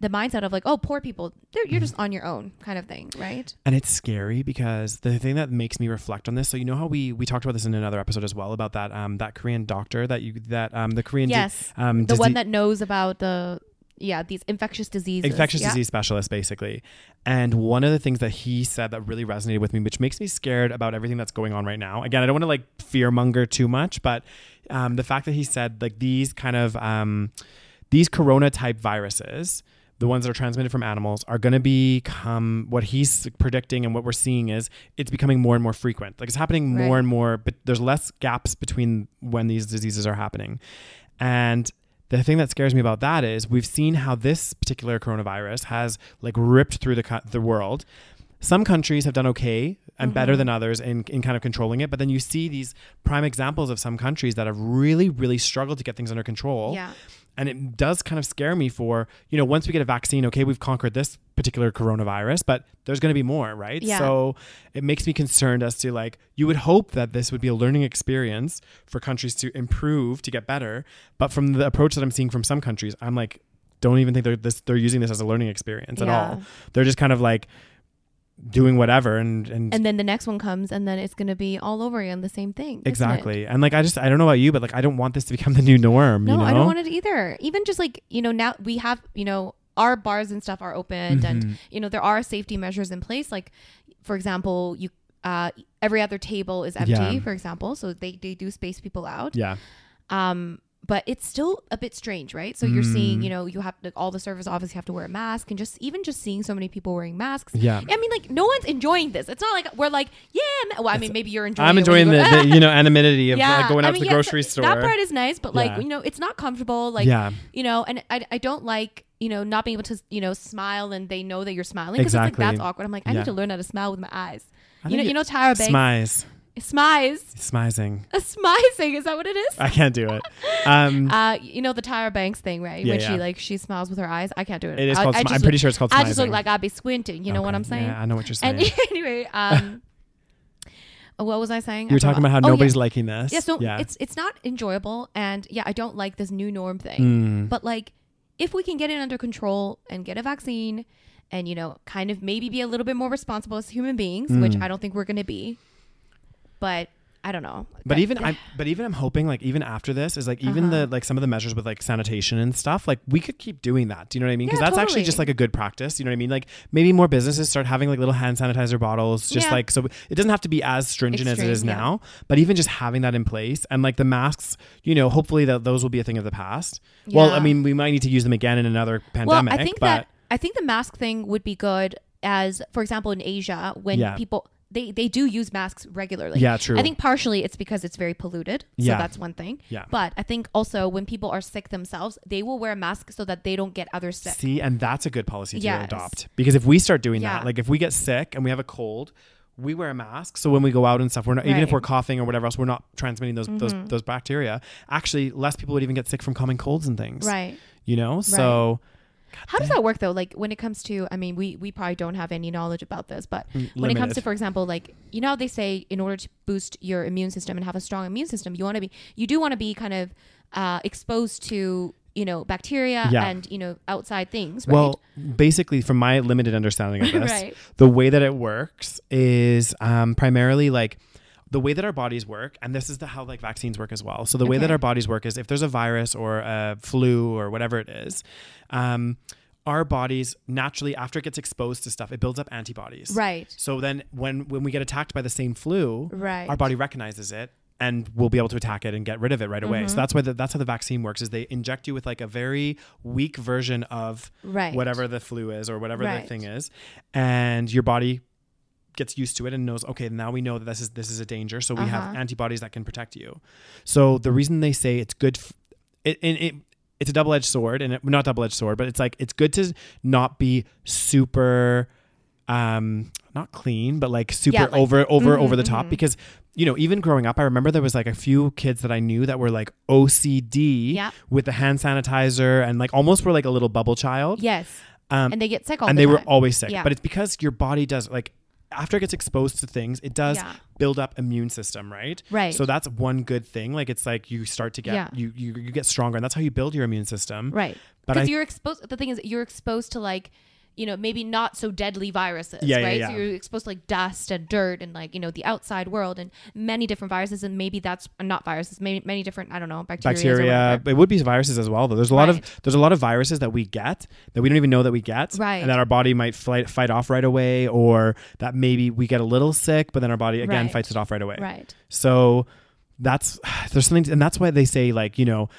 S1: the mindset of like, oh, poor people, they're, you're
S3: Mm-hmm.
S1: just on your own kind of thing, right?
S3: and it's scary because the thing that makes me reflect on this so you know how we we talked about this in another episode as well about that um that korean doctor that you that um the korean di-
S1: Yes.
S3: um
S1: The one that knows about the yeah these infectious diseases,
S3: infectious
S1: yeah.
S3: disease specialist basically and one of the things that he said that really resonated with me which makes me scared about everything that's going on right now again i don't want to like fear monger too much but um, the fact that he said like these kind of um, these corona type viruses the ones that are transmitted from animals are going to become what he's predicting and what we're seeing is it's becoming more and more frequent like it's happening more
S1: Right.
S3: and more but there's less gaps between when these diseases are happening and the thing that scares me about that is we've seen how this particular coronavirus has like ripped through the co- the world. Some countries have done okay and
S1: Mm-hmm.
S3: better than others in, in kind of controlling it, but then you see these prime examples of some countries that have really, really struggled to get things under control.
S1: Yeah.
S3: And it does kind of scare me for, you know, once we get a vaccine, okay, we've conquered this particular coronavirus, but there's going to be more, right?
S1: Yeah.
S3: So it makes me concerned as to like, you would hope that this would be a learning experience for countries to improve, to get better. But from the approach that I'm seeing from some countries, I'm like, don't even think they're this, they're using this as a learning experience at
S1: Yeah.
S3: all. They're just kind of like doing whatever and, and,
S1: And then the next one comes, and then it's going to be all over again, the same thing. isn't it?
S3: exactly. And like, I just, I don't know about you, but like, I don't want this to become the new norm.
S1: No,
S3: you know?
S1: I don't want it either. Even just like, you know, now we have, you know, our bars and stuff are opened
S3: Mm-hmm.
S1: and, you know, there are safety measures in place. Like, for example, you, uh, every other table is empty,
S3: Yeah.
S1: for example. So they, they do space people out.
S3: Yeah.
S1: Um, but it's still a bit strange, right? So you're
S3: Mm.
S1: seeing, you know, you have like, all the service obviously have to wear a mask and just even just seeing so many people wearing masks.
S3: Yeah.
S1: I mean, like, no one's enjoying this. It's not like we're like, yeah. ma- Well, I mean, maybe you're enjoying
S3: I'm
S1: it when
S3: enjoying
S1: you
S3: the,
S1: go-
S3: the you know anonymity of like, going out
S1: I
S3: to
S1: mean,
S3: the
S1: yes,
S3: grocery store.
S1: That part is nice, but like
S3: Yeah.
S1: you know, it's not comfortable. Like
S3: Yeah.
S1: you know, and I, I don't like you know not being able to you know smile and they know that you're smiling because it's
S3: Exactly.
S1: like that's awkward. I'm like I
S3: Yeah.
S1: need to learn how to smile with my eyes.
S3: I
S1: You know,
S3: think
S1: you know, Tyra Banks
S3: Smize,
S1: smize,
S3: smizing.
S1: a smizing. Is that what it is?
S3: I can't do it. Um,
S1: Uh, you know the Tyra Banks thing, right?
S3: Yeah,
S1: when
S3: yeah.
S1: she like she smiles with her eyes. I can't do it.
S3: It is
S1: I,
S3: called
S1: I
S3: smi-
S1: just
S3: I'm
S1: look-
S3: pretty sure it's called
S1: I just look
S3: smizing.
S1: like I'd be squinting. You know what
S3: okay.
S1: I'm saying?
S3: Yeah, I know what you're saying.
S1: and anyway, um, what was I saying?
S3: you were talking about how nobody's
S1: like.
S3: liking
S1: Oh,
S3: this.
S1: Yeah, so
S3: yeah.
S1: it's it's not enjoyable, and yeah, I don't
S3: Mm.
S1: like this new norm thing. But like, if we can get it under control and get a vaccine, and you know kind of maybe be a little bit more responsible as human beings which
S3: Mm.
S1: i don't think we're going to be but i don't know
S3: But even I, but even I'm hoping like even after this is like even
S1: Uh-huh.
S3: the like some of the measures with like sanitation and stuff like we could keep doing that. Do you know what I mean? Because
S1: Yeah,
S3: that's actually
S1: totally.
S3: just like a good practice. You know what I mean? Like maybe more businesses start having like little hand sanitizer bottles, just
S1: Yeah.
S3: like so it doesn't have to be as stringent as it
S1: Extreme,
S3: is
S1: yeah.
S3: now. But even just having that in place and like the masks, you know, hopefully that those will be a thing of the past. Well, I
S1: Yeah.
S3: mean, we might need to use them again in another
S1: well
S3: pandemic.
S1: i think
S3: but
S1: that i think the mask thing would be good as for example in asia when
S3: Yeah.
S1: people they, they do use masks regularly.
S3: Yeah, true.
S1: I think partially it's because it's very polluted. So
S3: Yeah.
S1: that's one thing.
S3: Yeah.
S1: But I think also when people are sick themselves, they will wear a mask so that they don't get others sick.
S3: See, and that's a good policy to
S1: Yes.
S3: adopt because if we start doing
S1: Yeah.
S3: that, like if we get sick and we have a cold, we wear a mask. So when we go out and stuff, we're not even if
S1: Right. Mm-hmm.
S3: we're coughing or whatever else, we're not transmitting those those those bacteria. Actually, less people would even get sick from common colds and things.
S1: Right.
S3: You know. So
S1: How does that work though? Like when it comes to, I mean, we we probably don't have any knowledge about this, but when it comes
S3: Mm, limited.
S1: to, for example, like you know, how they say in order to boost your immune system and have a strong immune system, you want to be, you do want to be kind of uh, exposed to, you know, bacteria
S3: Yeah.
S1: and you know outside things, right?
S3: Well, basically, from my limited understanding of this,
S1: Right.
S3: the way that it works is um, primarily like the way that our bodies work, and this is the how like vaccines work as well. So the way that
S1: Okay.
S3: our bodies work is if there's a virus or a flu or whatever it is. Um, our bodies naturally after it gets exposed to stuff it builds up antibodies
S1: Right.
S3: so then when when we get attacked by the same flu
S1: Right.
S3: our body recognizes it and we'll be able to attack it and get rid of it right away
S1: Mm-hmm.
S3: so that's why the, that's how the vaccine works is they inject you with like a very weak version of
S1: Right.
S3: whatever the flu is or whatever
S1: Right.
S3: the thing is and your body gets used to it and knows okay now we know that this is this is a danger so we have
S1: Uh-huh.
S3: antibodies that can protect you so the reason they say it's good f- it, it, it it's a double-edged sword and it, not double-edged sword but it's like it's good to not be super um not clean but like super
S1: Yeah, like- mm-hmm,
S3: over over over the top because you know even growing up i remember there was like a few kids that i knew that were like ocd
S1: Yeah.
S3: with the hand sanitizer and like almost were like a little bubble child
S1: yes,
S3: um,
S1: and they get sick all
S3: and
S1: the
S3: they
S1: time.
S3: were always sick
S1: Yeah.
S3: but it's because your body does like after it gets exposed to things it does
S1: Yeah.
S3: build up immune system right
S1: Right.
S3: so that's one good thing like it's like you start to get
S1: Yeah.
S3: you, you you get stronger and that's how you build your immune system
S1: right.
S3: But
S1: Because
S3: I-
S1: you're exposed. The thing is, you're exposed to like. You know, maybe not so deadly viruses,
S3: Yeah, yeah,
S1: right? So
S3: yeah.
S1: you're exposed to like dust and dirt and like, you know, the outside world and many different viruses. And maybe that's not viruses, many, many different, I don't know, bacteria.
S3: bacteria it would be viruses as well though there's a lot
S1: Right.
S3: of there's a lot of viruses that we get that we don't even know that we get
S1: Right.
S3: and that our body might fight, fight off right away or that maybe we get a little sick but then our body again
S1: Right.
S3: fights it off right away
S1: Right.
S3: So that's there's something, and that's why they say like you know,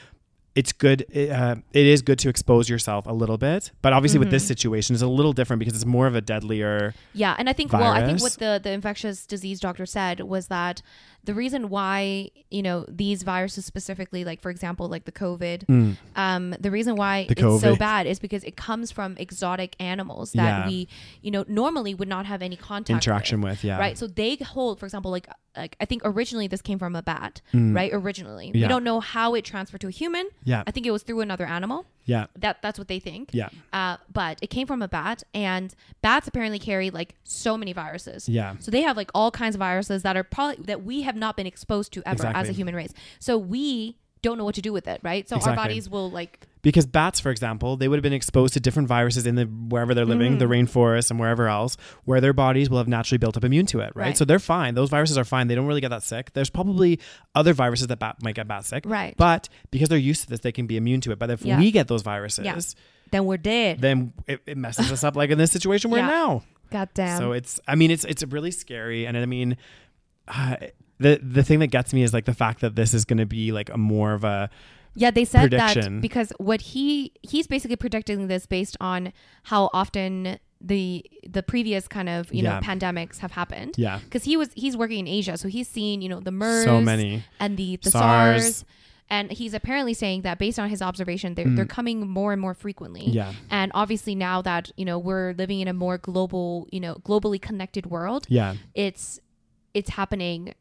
S3: it's good. Uh, it is good to expose yourself a little bit, but obviously with
S1: Mm-hmm.
S3: this situation, it's a little different because it's more of a deadlier.
S1: Yeah, and I think well, I think
S3: Virus?
S1: what the the infectious disease doctor said was that the reason why you know these viruses specifically, like for example, like the COVID, um, the reason why it's so
S3: Mm. COVID.
S1: bad is because it comes from exotic animals that
S3: Yeah.
S1: we you know normally would not have any contact
S3: Interaction with, yeah.
S1: right. So they hold, for example, like like I think originally this came from a bat, right? Originally, we
S3: Mm. Yeah.
S1: don't know how it transferred to a human.
S3: Yeah.
S1: I think it was through another animal
S3: Yeah,
S1: that that's what they think.
S3: Yeah.
S1: Uh, but it came from a bat, and bats apparently carry like so many viruses.
S3: Yeah.
S1: So they have like all kinds of viruses that are probably that we have not been exposed to ever as a
S3: Exactly.
S1: human race. So we don't know what to do with it, right? So
S3: Exactly.
S1: our bodies will like
S3: because bats, for example, they would have been exposed to different viruses in the wherever they're living, the
S1: Mm.
S3: rainforest and wherever else, where their bodies will have naturally built up immune to it, right?
S1: Right.
S3: So they're fine. Those viruses are fine. They don't really get that sick. There's probably other viruses that bat might get bat sick,
S1: Right.
S3: But because they're used to this, they can be immune to it. But if
S1: Yeah.
S3: we get those viruses,
S1: yeah. Then we're dead.
S3: then it, it messes us up like in this situation we're in
S1: Yeah.
S3: now
S1: God damn.
S3: so it's i mean it's it's really scary and i mean uh, the the thing that gets me is like the fact that this is going to be like a more of a
S1: Yeah, they said
S3: prediction.
S1: that because what he he's basically predicting this based on how often the the previous kind of you
S3: Yeah.
S1: know pandemics have happened.
S3: Yeah.
S1: because he was he's working in Asia, so he's seen you know the MERS,
S3: many.
S1: and the the
S3: SARS.
S1: SARS. And he's apparently saying that based on his observation, they're, they're coming more and more frequently.
S3: Mm. Yeah.
S1: And obviously now that, you know, we're living in a more global, you know, globally connected world,
S3: yeah
S1: it's it's happening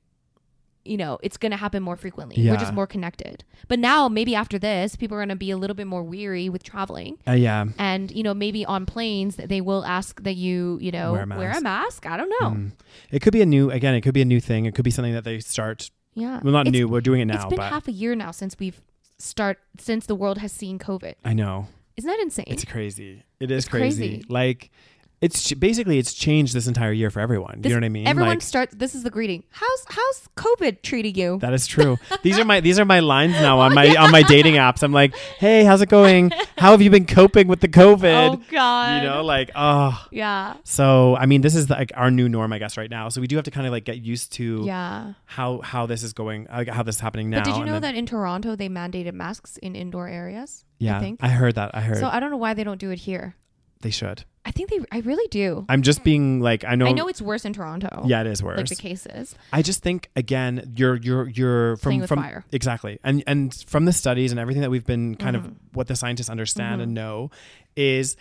S1: you know it's going to happen more frequently
S3: Yeah.
S1: we're just more connected but now maybe after this people are going to be a little bit more weary with traveling
S3: uh, yeah
S1: and you know maybe on planes they will ask that you you know
S3: Wear
S1: wear
S3: a
S1: a mask,
S3: mask. Mm.
S1: i don't know
S3: it could be a new again it could be a new thing it could be something that they start
S1: yeah
S3: well not
S1: It's-
S3: new we're doing it
S1: it's
S3: now
S1: been
S3: but
S1: half a year now since we've start since the world has seen covid
S3: i know
S1: isn't that insane
S3: it's crazy it is
S1: crazy.
S3: crazy. like it's ch- basically it's changed this entire year for everyone. you know what I mean?
S1: Everyone
S3: Like,
S1: starts. This is the greeting. How's how's COVID treating you?
S3: that is true. These are my these are my lines now on my on my dating apps. I'm like, hey, how's it going? How have you been coping with the COVID?
S1: oh God.
S3: you know, like, oh.
S1: Yeah.
S3: So I mean, this is like our new norm, I guess, right now. So we do have to kind of like get used to
S1: Yeah.
S3: how how this is going, like how this is happening now.
S1: But did you
S3: and
S1: know that
S3: then-
S1: in Toronto they mandated masks in indoor areas?
S3: Yeah,
S1: I think.
S3: heard that. I heard
S1: so I don't know why they don't do it here.
S3: they should.
S1: I think they. I really do.
S3: I'm just being like, I know.
S1: I know it's worse in Toronto.
S3: yeah, it is worse.
S1: Like the cases.
S3: I just think again, you're you're you're from
S1: Playing with
S3: from
S1: fire.
S3: exactly, and and from the studies and everything that we've been kind
S1: Mm-hmm.
S3: of what the scientists understand and know is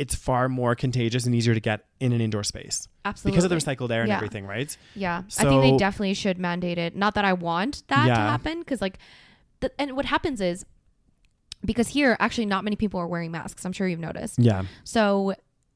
S3: it's far more contagious and easier to get in an indoor space
S1: Absolutely.
S3: because of the recycled air and
S1: Yeah.
S3: everything, right?
S1: Yeah, I think they
S3: So-
S1: definitely should mandate it. Not that I want that to
S3: Yeah.
S1: happen, because like, the, and what happens is, because here actually not many people are wearing masks. I'm sure you've noticed.
S3: Yeah,
S1: So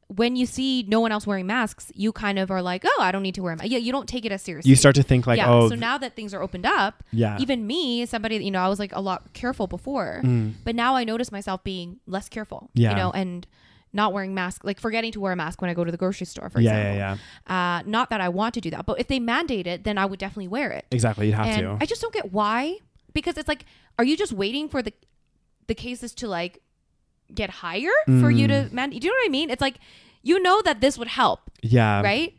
S1: when you see no one else wearing masks, you kind of are like, oh, I don't need to wear them. Yeah, you don't take it as seriously.
S3: you start to think like,
S1: yeah.
S3: oh,
S1: so now that things are opened up,
S3: yeah,
S1: even me, somebody, that, you know, I was like a lot careful before, but now I notice myself being less careful.
S3: Mm. Yeah.
S1: You know, and not wearing masks, like forgetting to wear a mask when I go to the grocery store, for
S3: yeah,
S1: example.
S3: yeah, yeah,
S1: Uh, not that I want to do that, but if they mandate it, then I would definitely wear it.
S3: exactly. You'd have
S1: and
S3: to.
S1: I just don't get why, because it's like, are you just waiting for the the cases to like get higher for you
S3: Mm.
S1: to mandate? Do you know what I mean? It's like you know that this would help,
S3: yeah,
S1: right?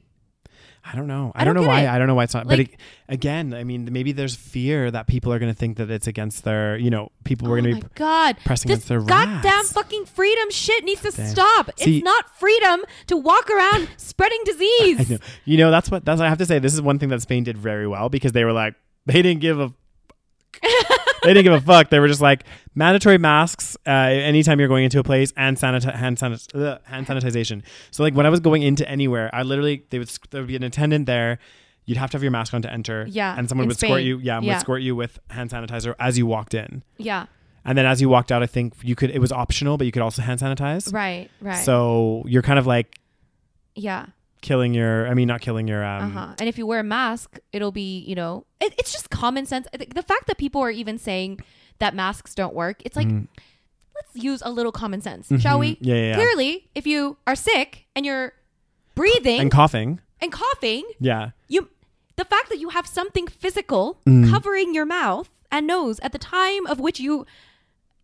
S3: I don't know. I,
S1: I
S3: don't,
S1: don't
S3: know
S1: get
S3: why.
S1: it.
S3: I don't know why it's not.
S1: Like-
S3: but it, again, I mean, maybe there's fear that people are going to think that it's against their, you know, people were
S1: oh
S3: going
S1: my
S3: to be.
S1: God!
S3: pressing
S1: this
S3: against their
S1: goddamn
S3: rats.
S1: fucking freedom shit needs to
S3: Damn.
S1: stop.
S3: See-
S1: it's not freedom to walk around spreading disease.
S3: I know. You know, that's what that's. I have to say, this is one thing that Spain did very well because they were like, they didn't give a. they didn't give a fuck. They were just like mandatory masks uh, anytime you're going into a place and sanita- hand, sanit- ugh, hand sanitization. So like when I was going into anywhere, I literally they would sc- there would be an attendant there. You'd have to have your mask on to enter.
S1: Yeah,
S3: and someone
S1: in
S3: would squirt
S1: Spain.
S3: you. Yeah, and
S1: Yeah.
S3: would squirt you with hand sanitizer as you walked in.
S1: Yeah,
S3: And then as you walked out, I think you could. It was optional, but you could also hand sanitize.
S1: right, right.
S3: So you're kind of like
S1: yeah.
S3: killing your. I mean, not killing your. Um,
S1: Uh-huh. And if you wear a mask, it'll be, you know, it, it's just common sense. I think The fact that people are even saying that masks don't work, it's like, let's use a little common sense, shall we?
S3: Mm-hmm. Yeah, yeah, yeah.
S1: Clearly, if you are sick and you're breathing
S3: And
S1: and,
S3: coughing.
S1: coughing,
S3: Yeah.
S1: you, the fact that you have something physical
S3: Mm.
S1: covering your mouth and nose at the time of which you,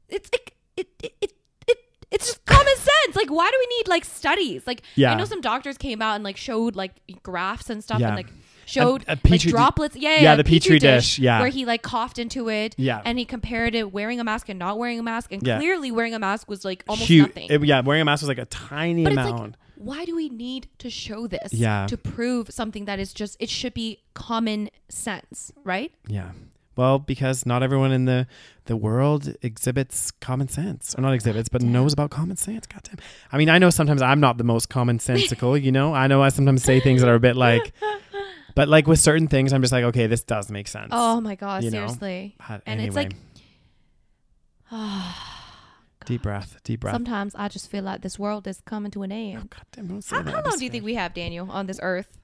S1: it's it, it, it, it, it it's just common sense. Like, why do we need like studies? Like,
S3: Yeah.
S1: I know some doctors came out and like showed like graphs and stuff
S3: Yeah.
S1: and like showed
S3: A- a
S1: like
S3: Petri di-
S1: droplets. Yeah, yeah,
S3: Yeah,
S1: a
S3: the Petri dish, yeah.
S1: where he like coughed into it.
S3: Yeah.
S1: and he compared it wearing a mask and not wearing a mask, and
S3: Yeah.
S1: clearly wearing a mask was like almost
S3: Huge-
S1: nothing.
S3: it- yeah, wearing a mask was like a tiny
S1: but it's
S3: amount.
S1: like, why do we need to show this?
S3: Yeah.
S1: to prove something that is just it should be common sense, right?
S3: yeah. Well, because not everyone in the the world exhibits common sense, or not exhibits, but knows about common sense. Goddamn. I mean, I know sometimes I'm not the most commonsensical. you know, I know I sometimes say things that are a bit like, but like with certain things, I'm just like, okay, this does make sense.
S1: Oh my god,
S3: you know,
S1: seriously.
S3: But
S1: and it's
S3: anyway.
S1: like
S3: deep breath, deep breath.
S1: sometimes I just feel like this world is coming to an end.
S3: Goddamn, don't say
S1: How,
S3: that.
S1: how
S3: I'm
S1: long
S3: just
S1: do you
S3: kidding.
S1: think we have, Daniel, on this earth?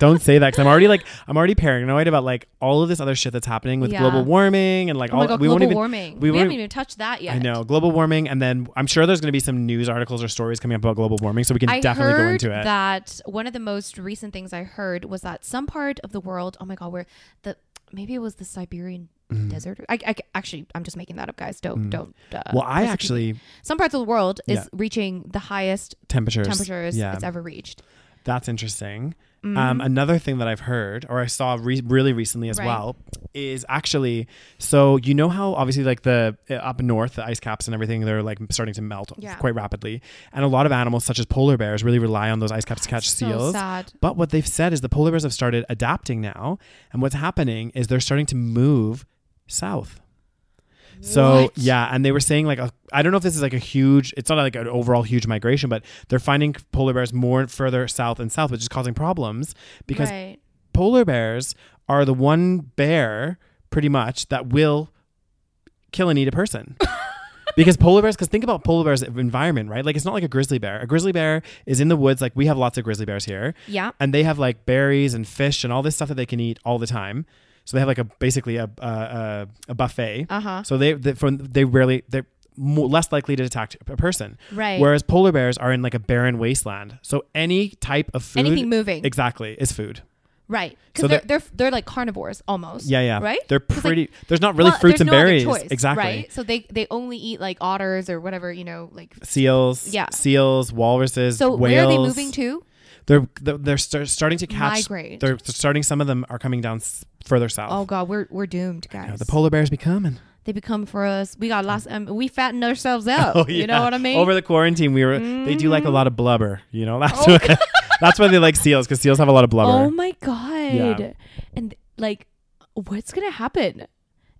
S3: Don't say that because I'm already like I'm already paranoid about like all of this other shit that's happening with
S1: Yeah.
S3: global warming and like
S1: Oh
S3: all
S1: my god,
S3: we
S1: global
S3: won't even
S1: warming.
S3: we
S1: We,
S3: won't
S1: haven't even touched that yet.
S3: I know global warming, and then I'm sure there's going to be some news articles or stories coming up about global warming, so we can
S1: I
S3: definitely
S1: heard
S3: go into it.
S1: that one of the most recent things I heard was that some part of the world, oh my god, where the maybe it was the Siberian
S3: Mm.
S1: desert. I, I actually I'm just making that up, guys. Don't don't. Uh,
S3: well,
S1: persecute
S3: I
S1: me.
S3: actually
S1: some parts of the world is
S3: Yeah.
S1: reaching the highest
S3: temperatures.
S1: temperatures
S3: Yeah,
S1: it's Mm-hmm. ever reached.
S3: that's interesting. Um, another thing that I've heard or I saw re- really recently as
S1: Right.
S3: well is actually so you know how obviously like the uh, up north the ice caps and everything they're like starting to melt
S1: Yeah.
S3: quite rapidly, and a lot of animals such as polar bears really rely on those ice caps to catch
S1: So
S3: seals.
S1: sad.
S3: But what they've said is the polar bears have started adapting now, and what's happening is they're starting to move south. So
S1: What?
S3: yeah, and they were saying like a, I don't know if this is like a huge. It's not like an overall huge migration, but they're finding polar bears more further south and south, which is causing problems because
S1: right.
S3: polar bears are the one bear pretty much that will kill and eat a person. because polar bears, because think about polar bears' environment, right? Like it's not like a grizzly bear. A grizzly bear is in the woods. Like we have lots of grizzly bears here
S1: Yeah.
S3: and they have like berries and fish and all this stuff that they can eat all the time. So they have like a basically a a, a, a buffet.
S1: Uh huh.
S3: So they they, from, they rarely they mo less likely to attack a person.
S1: Right.
S3: Whereas polar bears are in like a barren wasteland. So any type of food,
S1: Anything moving.
S3: exactly, is food.
S1: Right. Because
S3: So
S1: they're,
S3: they're-
S1: they're they're like carnivores almost.
S3: Yeah, yeah.
S1: Right.
S3: They're
S1: 'Cause, like,
S3: pretty. there's not really
S1: well, there's
S3: fruits and
S1: no other
S3: berries.
S1: choice,
S3: exactly.
S1: Right. So they they only eat like otters or whatever you know like.
S3: Seals,
S1: Yeah.
S3: Seals, walruses,
S1: So
S3: whales.
S1: where are they moving to?
S3: They're they're, they're sta- starting to catch.
S1: Migrate.
S3: They're starting. Some of them are coming down s- further south.
S1: Oh God, we're we're doomed, guys.
S3: Yeah, the polar bears be coming.
S1: they become for us. We got lost. Um, we fattened ourselves up. You know what I mean?
S3: Oh,
S1: Mm.
S3: Over the quarantine, we were. They do like a lot of blubber. You know, that's why, that's why they like seals because seals have a lot of blubber.
S1: Oh my god! And like, what's gonna happen?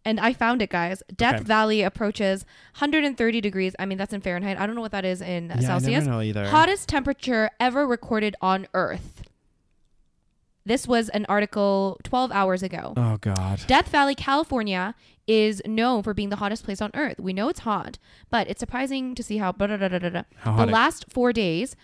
S1: And I found it, guys. Death
S3: Okay.
S1: Valley approaches 130 degrees. I mean, that's in Fahrenheit. I don't know what that is in uh,
S3: Yeah, I never
S1: Celsius.
S3: know either.
S1: Hottest temperature ever recorded on Earth. This was an article 12 hours ago.
S3: oh god.
S1: Death Valley, California is known for being the hottest place on earth. We know it's hot, but it's surprising to see how. blah, blah, blah, blah, blah, blah.
S3: How
S1: the
S3: hot it-
S1: last four days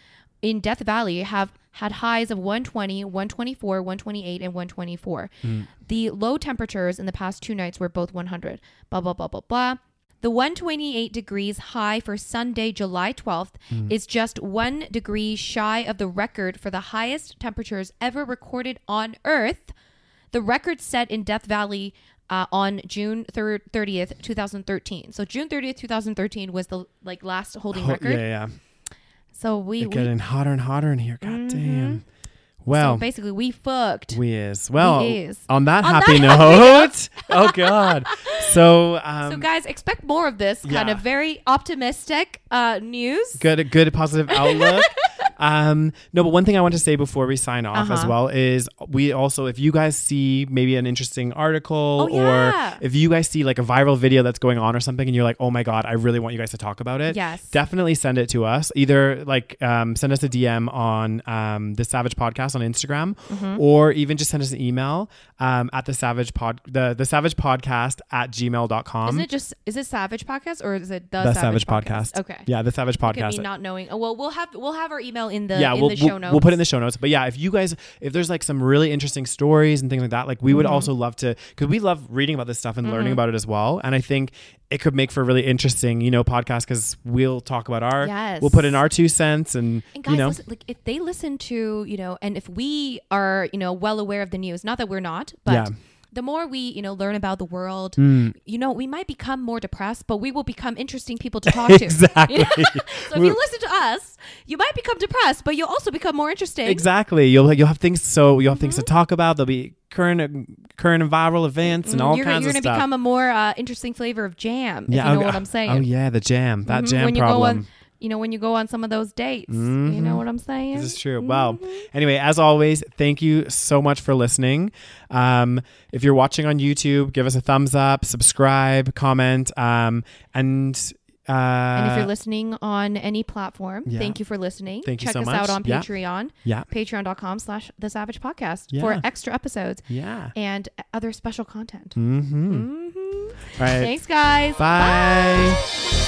S1: in Death Valley have had highs of 120, 124, 128, and 124.
S3: Hmm.
S1: The low temperatures in the past two nights were both 100. Blah, blah, blah, blah, blah. The 128 degrees high for Sunday, July 12th
S3: Hmm.
S1: is just one degree shy of the record for the highest temperatures ever recorded on Earth. The record set in Death Valley uh, on June thir- 30th, 2013. So June 30th, 2013 was the like last holding
S3: Oh,
S1: record.
S3: Yeah, yeah.
S1: So we,
S3: It's
S1: we Mm-hmm.
S3: getting hotter and hotter in here. God damn.
S1: so
S3: Well,
S1: basically we fucked.
S3: we is. Well,
S1: is.
S3: on that
S1: On
S3: happy
S1: that
S3: note. oh god. So um
S1: so guys, expect more of this kind
S3: yeah.
S1: of very optimistic uh, news.
S3: good good positive outlook. um no, but one thing I want to say before we sign off as
S1: Uh-huh.
S3: well is we also if you guys see maybe an interesting
S1: Oh,
S3: article
S1: yeah.
S3: or if you guys see like a viral video that's going on or something and you're like, "Oh my god, I really want you guys to talk about it."
S1: Yes.
S3: Definitely send it to us. Either like um, send us a DM on um, the Savage Podcast on Instagram,
S1: Mm-hmm.
S3: or even just send us an email um, at the Savage Pod the, the Savage Podcast at gmail.com.
S1: Isn't it just is it Savage Podcast or is it the,
S3: um, the Savage, Podcast.
S1: Okay.
S3: Yeah, the Savage
S1: Look at
S3: Podcast.
S1: me not knowing. Oh, well, we'll have we'll have our email in the
S3: yeah,
S1: uh, in
S3: we'll,
S1: the
S3: we'll-
S1: show notes.
S3: we'll put it in the show notes. But yeah, if you guys, if there's like some really interesting stories and things like that, like we
S1: Mm-hmm.
S3: would also love to, because we love reading about this stuff and learning about it as well. And I think it could make for a really interesting, you know, podcast because we'll talk about our,
S1: Yes.
S3: we'll put in our two cents and,
S1: And guys,
S3: you know,
S1: listen, like if they listen to you know, and if we are you know well aware of the news, not that we're not, but
S3: Yeah. Hmm.
S1: the more we you know learn about the world, you know, we might become more depressed, but we will become interesting people to talk to.
S3: exactly.
S1: So if you listen to us, you might become depressed, but you'll also become more interesting.
S3: Exactly. You'll you'll have things so you'll have things to
S1: Mm-hmm.
S3: talk about. There'll be current uh, current and viral events and all
S1: Mm-hmm. you're,
S3: kinds
S1: you're
S3: of
S1: gonna
S3: stuff.
S1: become a more uh, interesting flavor of jam. if you know
S3: oh,
S1: what I'm saying.
S3: Oh yeah, the jam. That
S1: Mhm.
S3: jam
S1: when you
S3: problem. Mm-hmm.
S1: go on, you know, when you go on some of those dates, you know what I'm saying.
S3: This is true. Wow.
S1: Mm-hmm.
S3: Anyway, as always, thank you so much for listening. Um, if you're watching on YouTube, give us a thumbs up, subscribe, comment, um, and uh,
S1: And if you're listening on any platform,
S3: yeah.
S1: thank you for listening.
S3: Thank you
S1: Check
S3: so
S1: us
S3: much.
S1: out on
S3: Yeah.
S1: Patreon,
S3: yeah,
S1: patreon.com slash the savage podcast
S3: Yeah.
S1: for extra episodes
S3: yeah.
S1: and
S3: Hmm.
S1: other special content.
S3: Mm-hmm.
S1: Mhm.
S3: All right.
S1: Thanks, guys.
S3: Bye.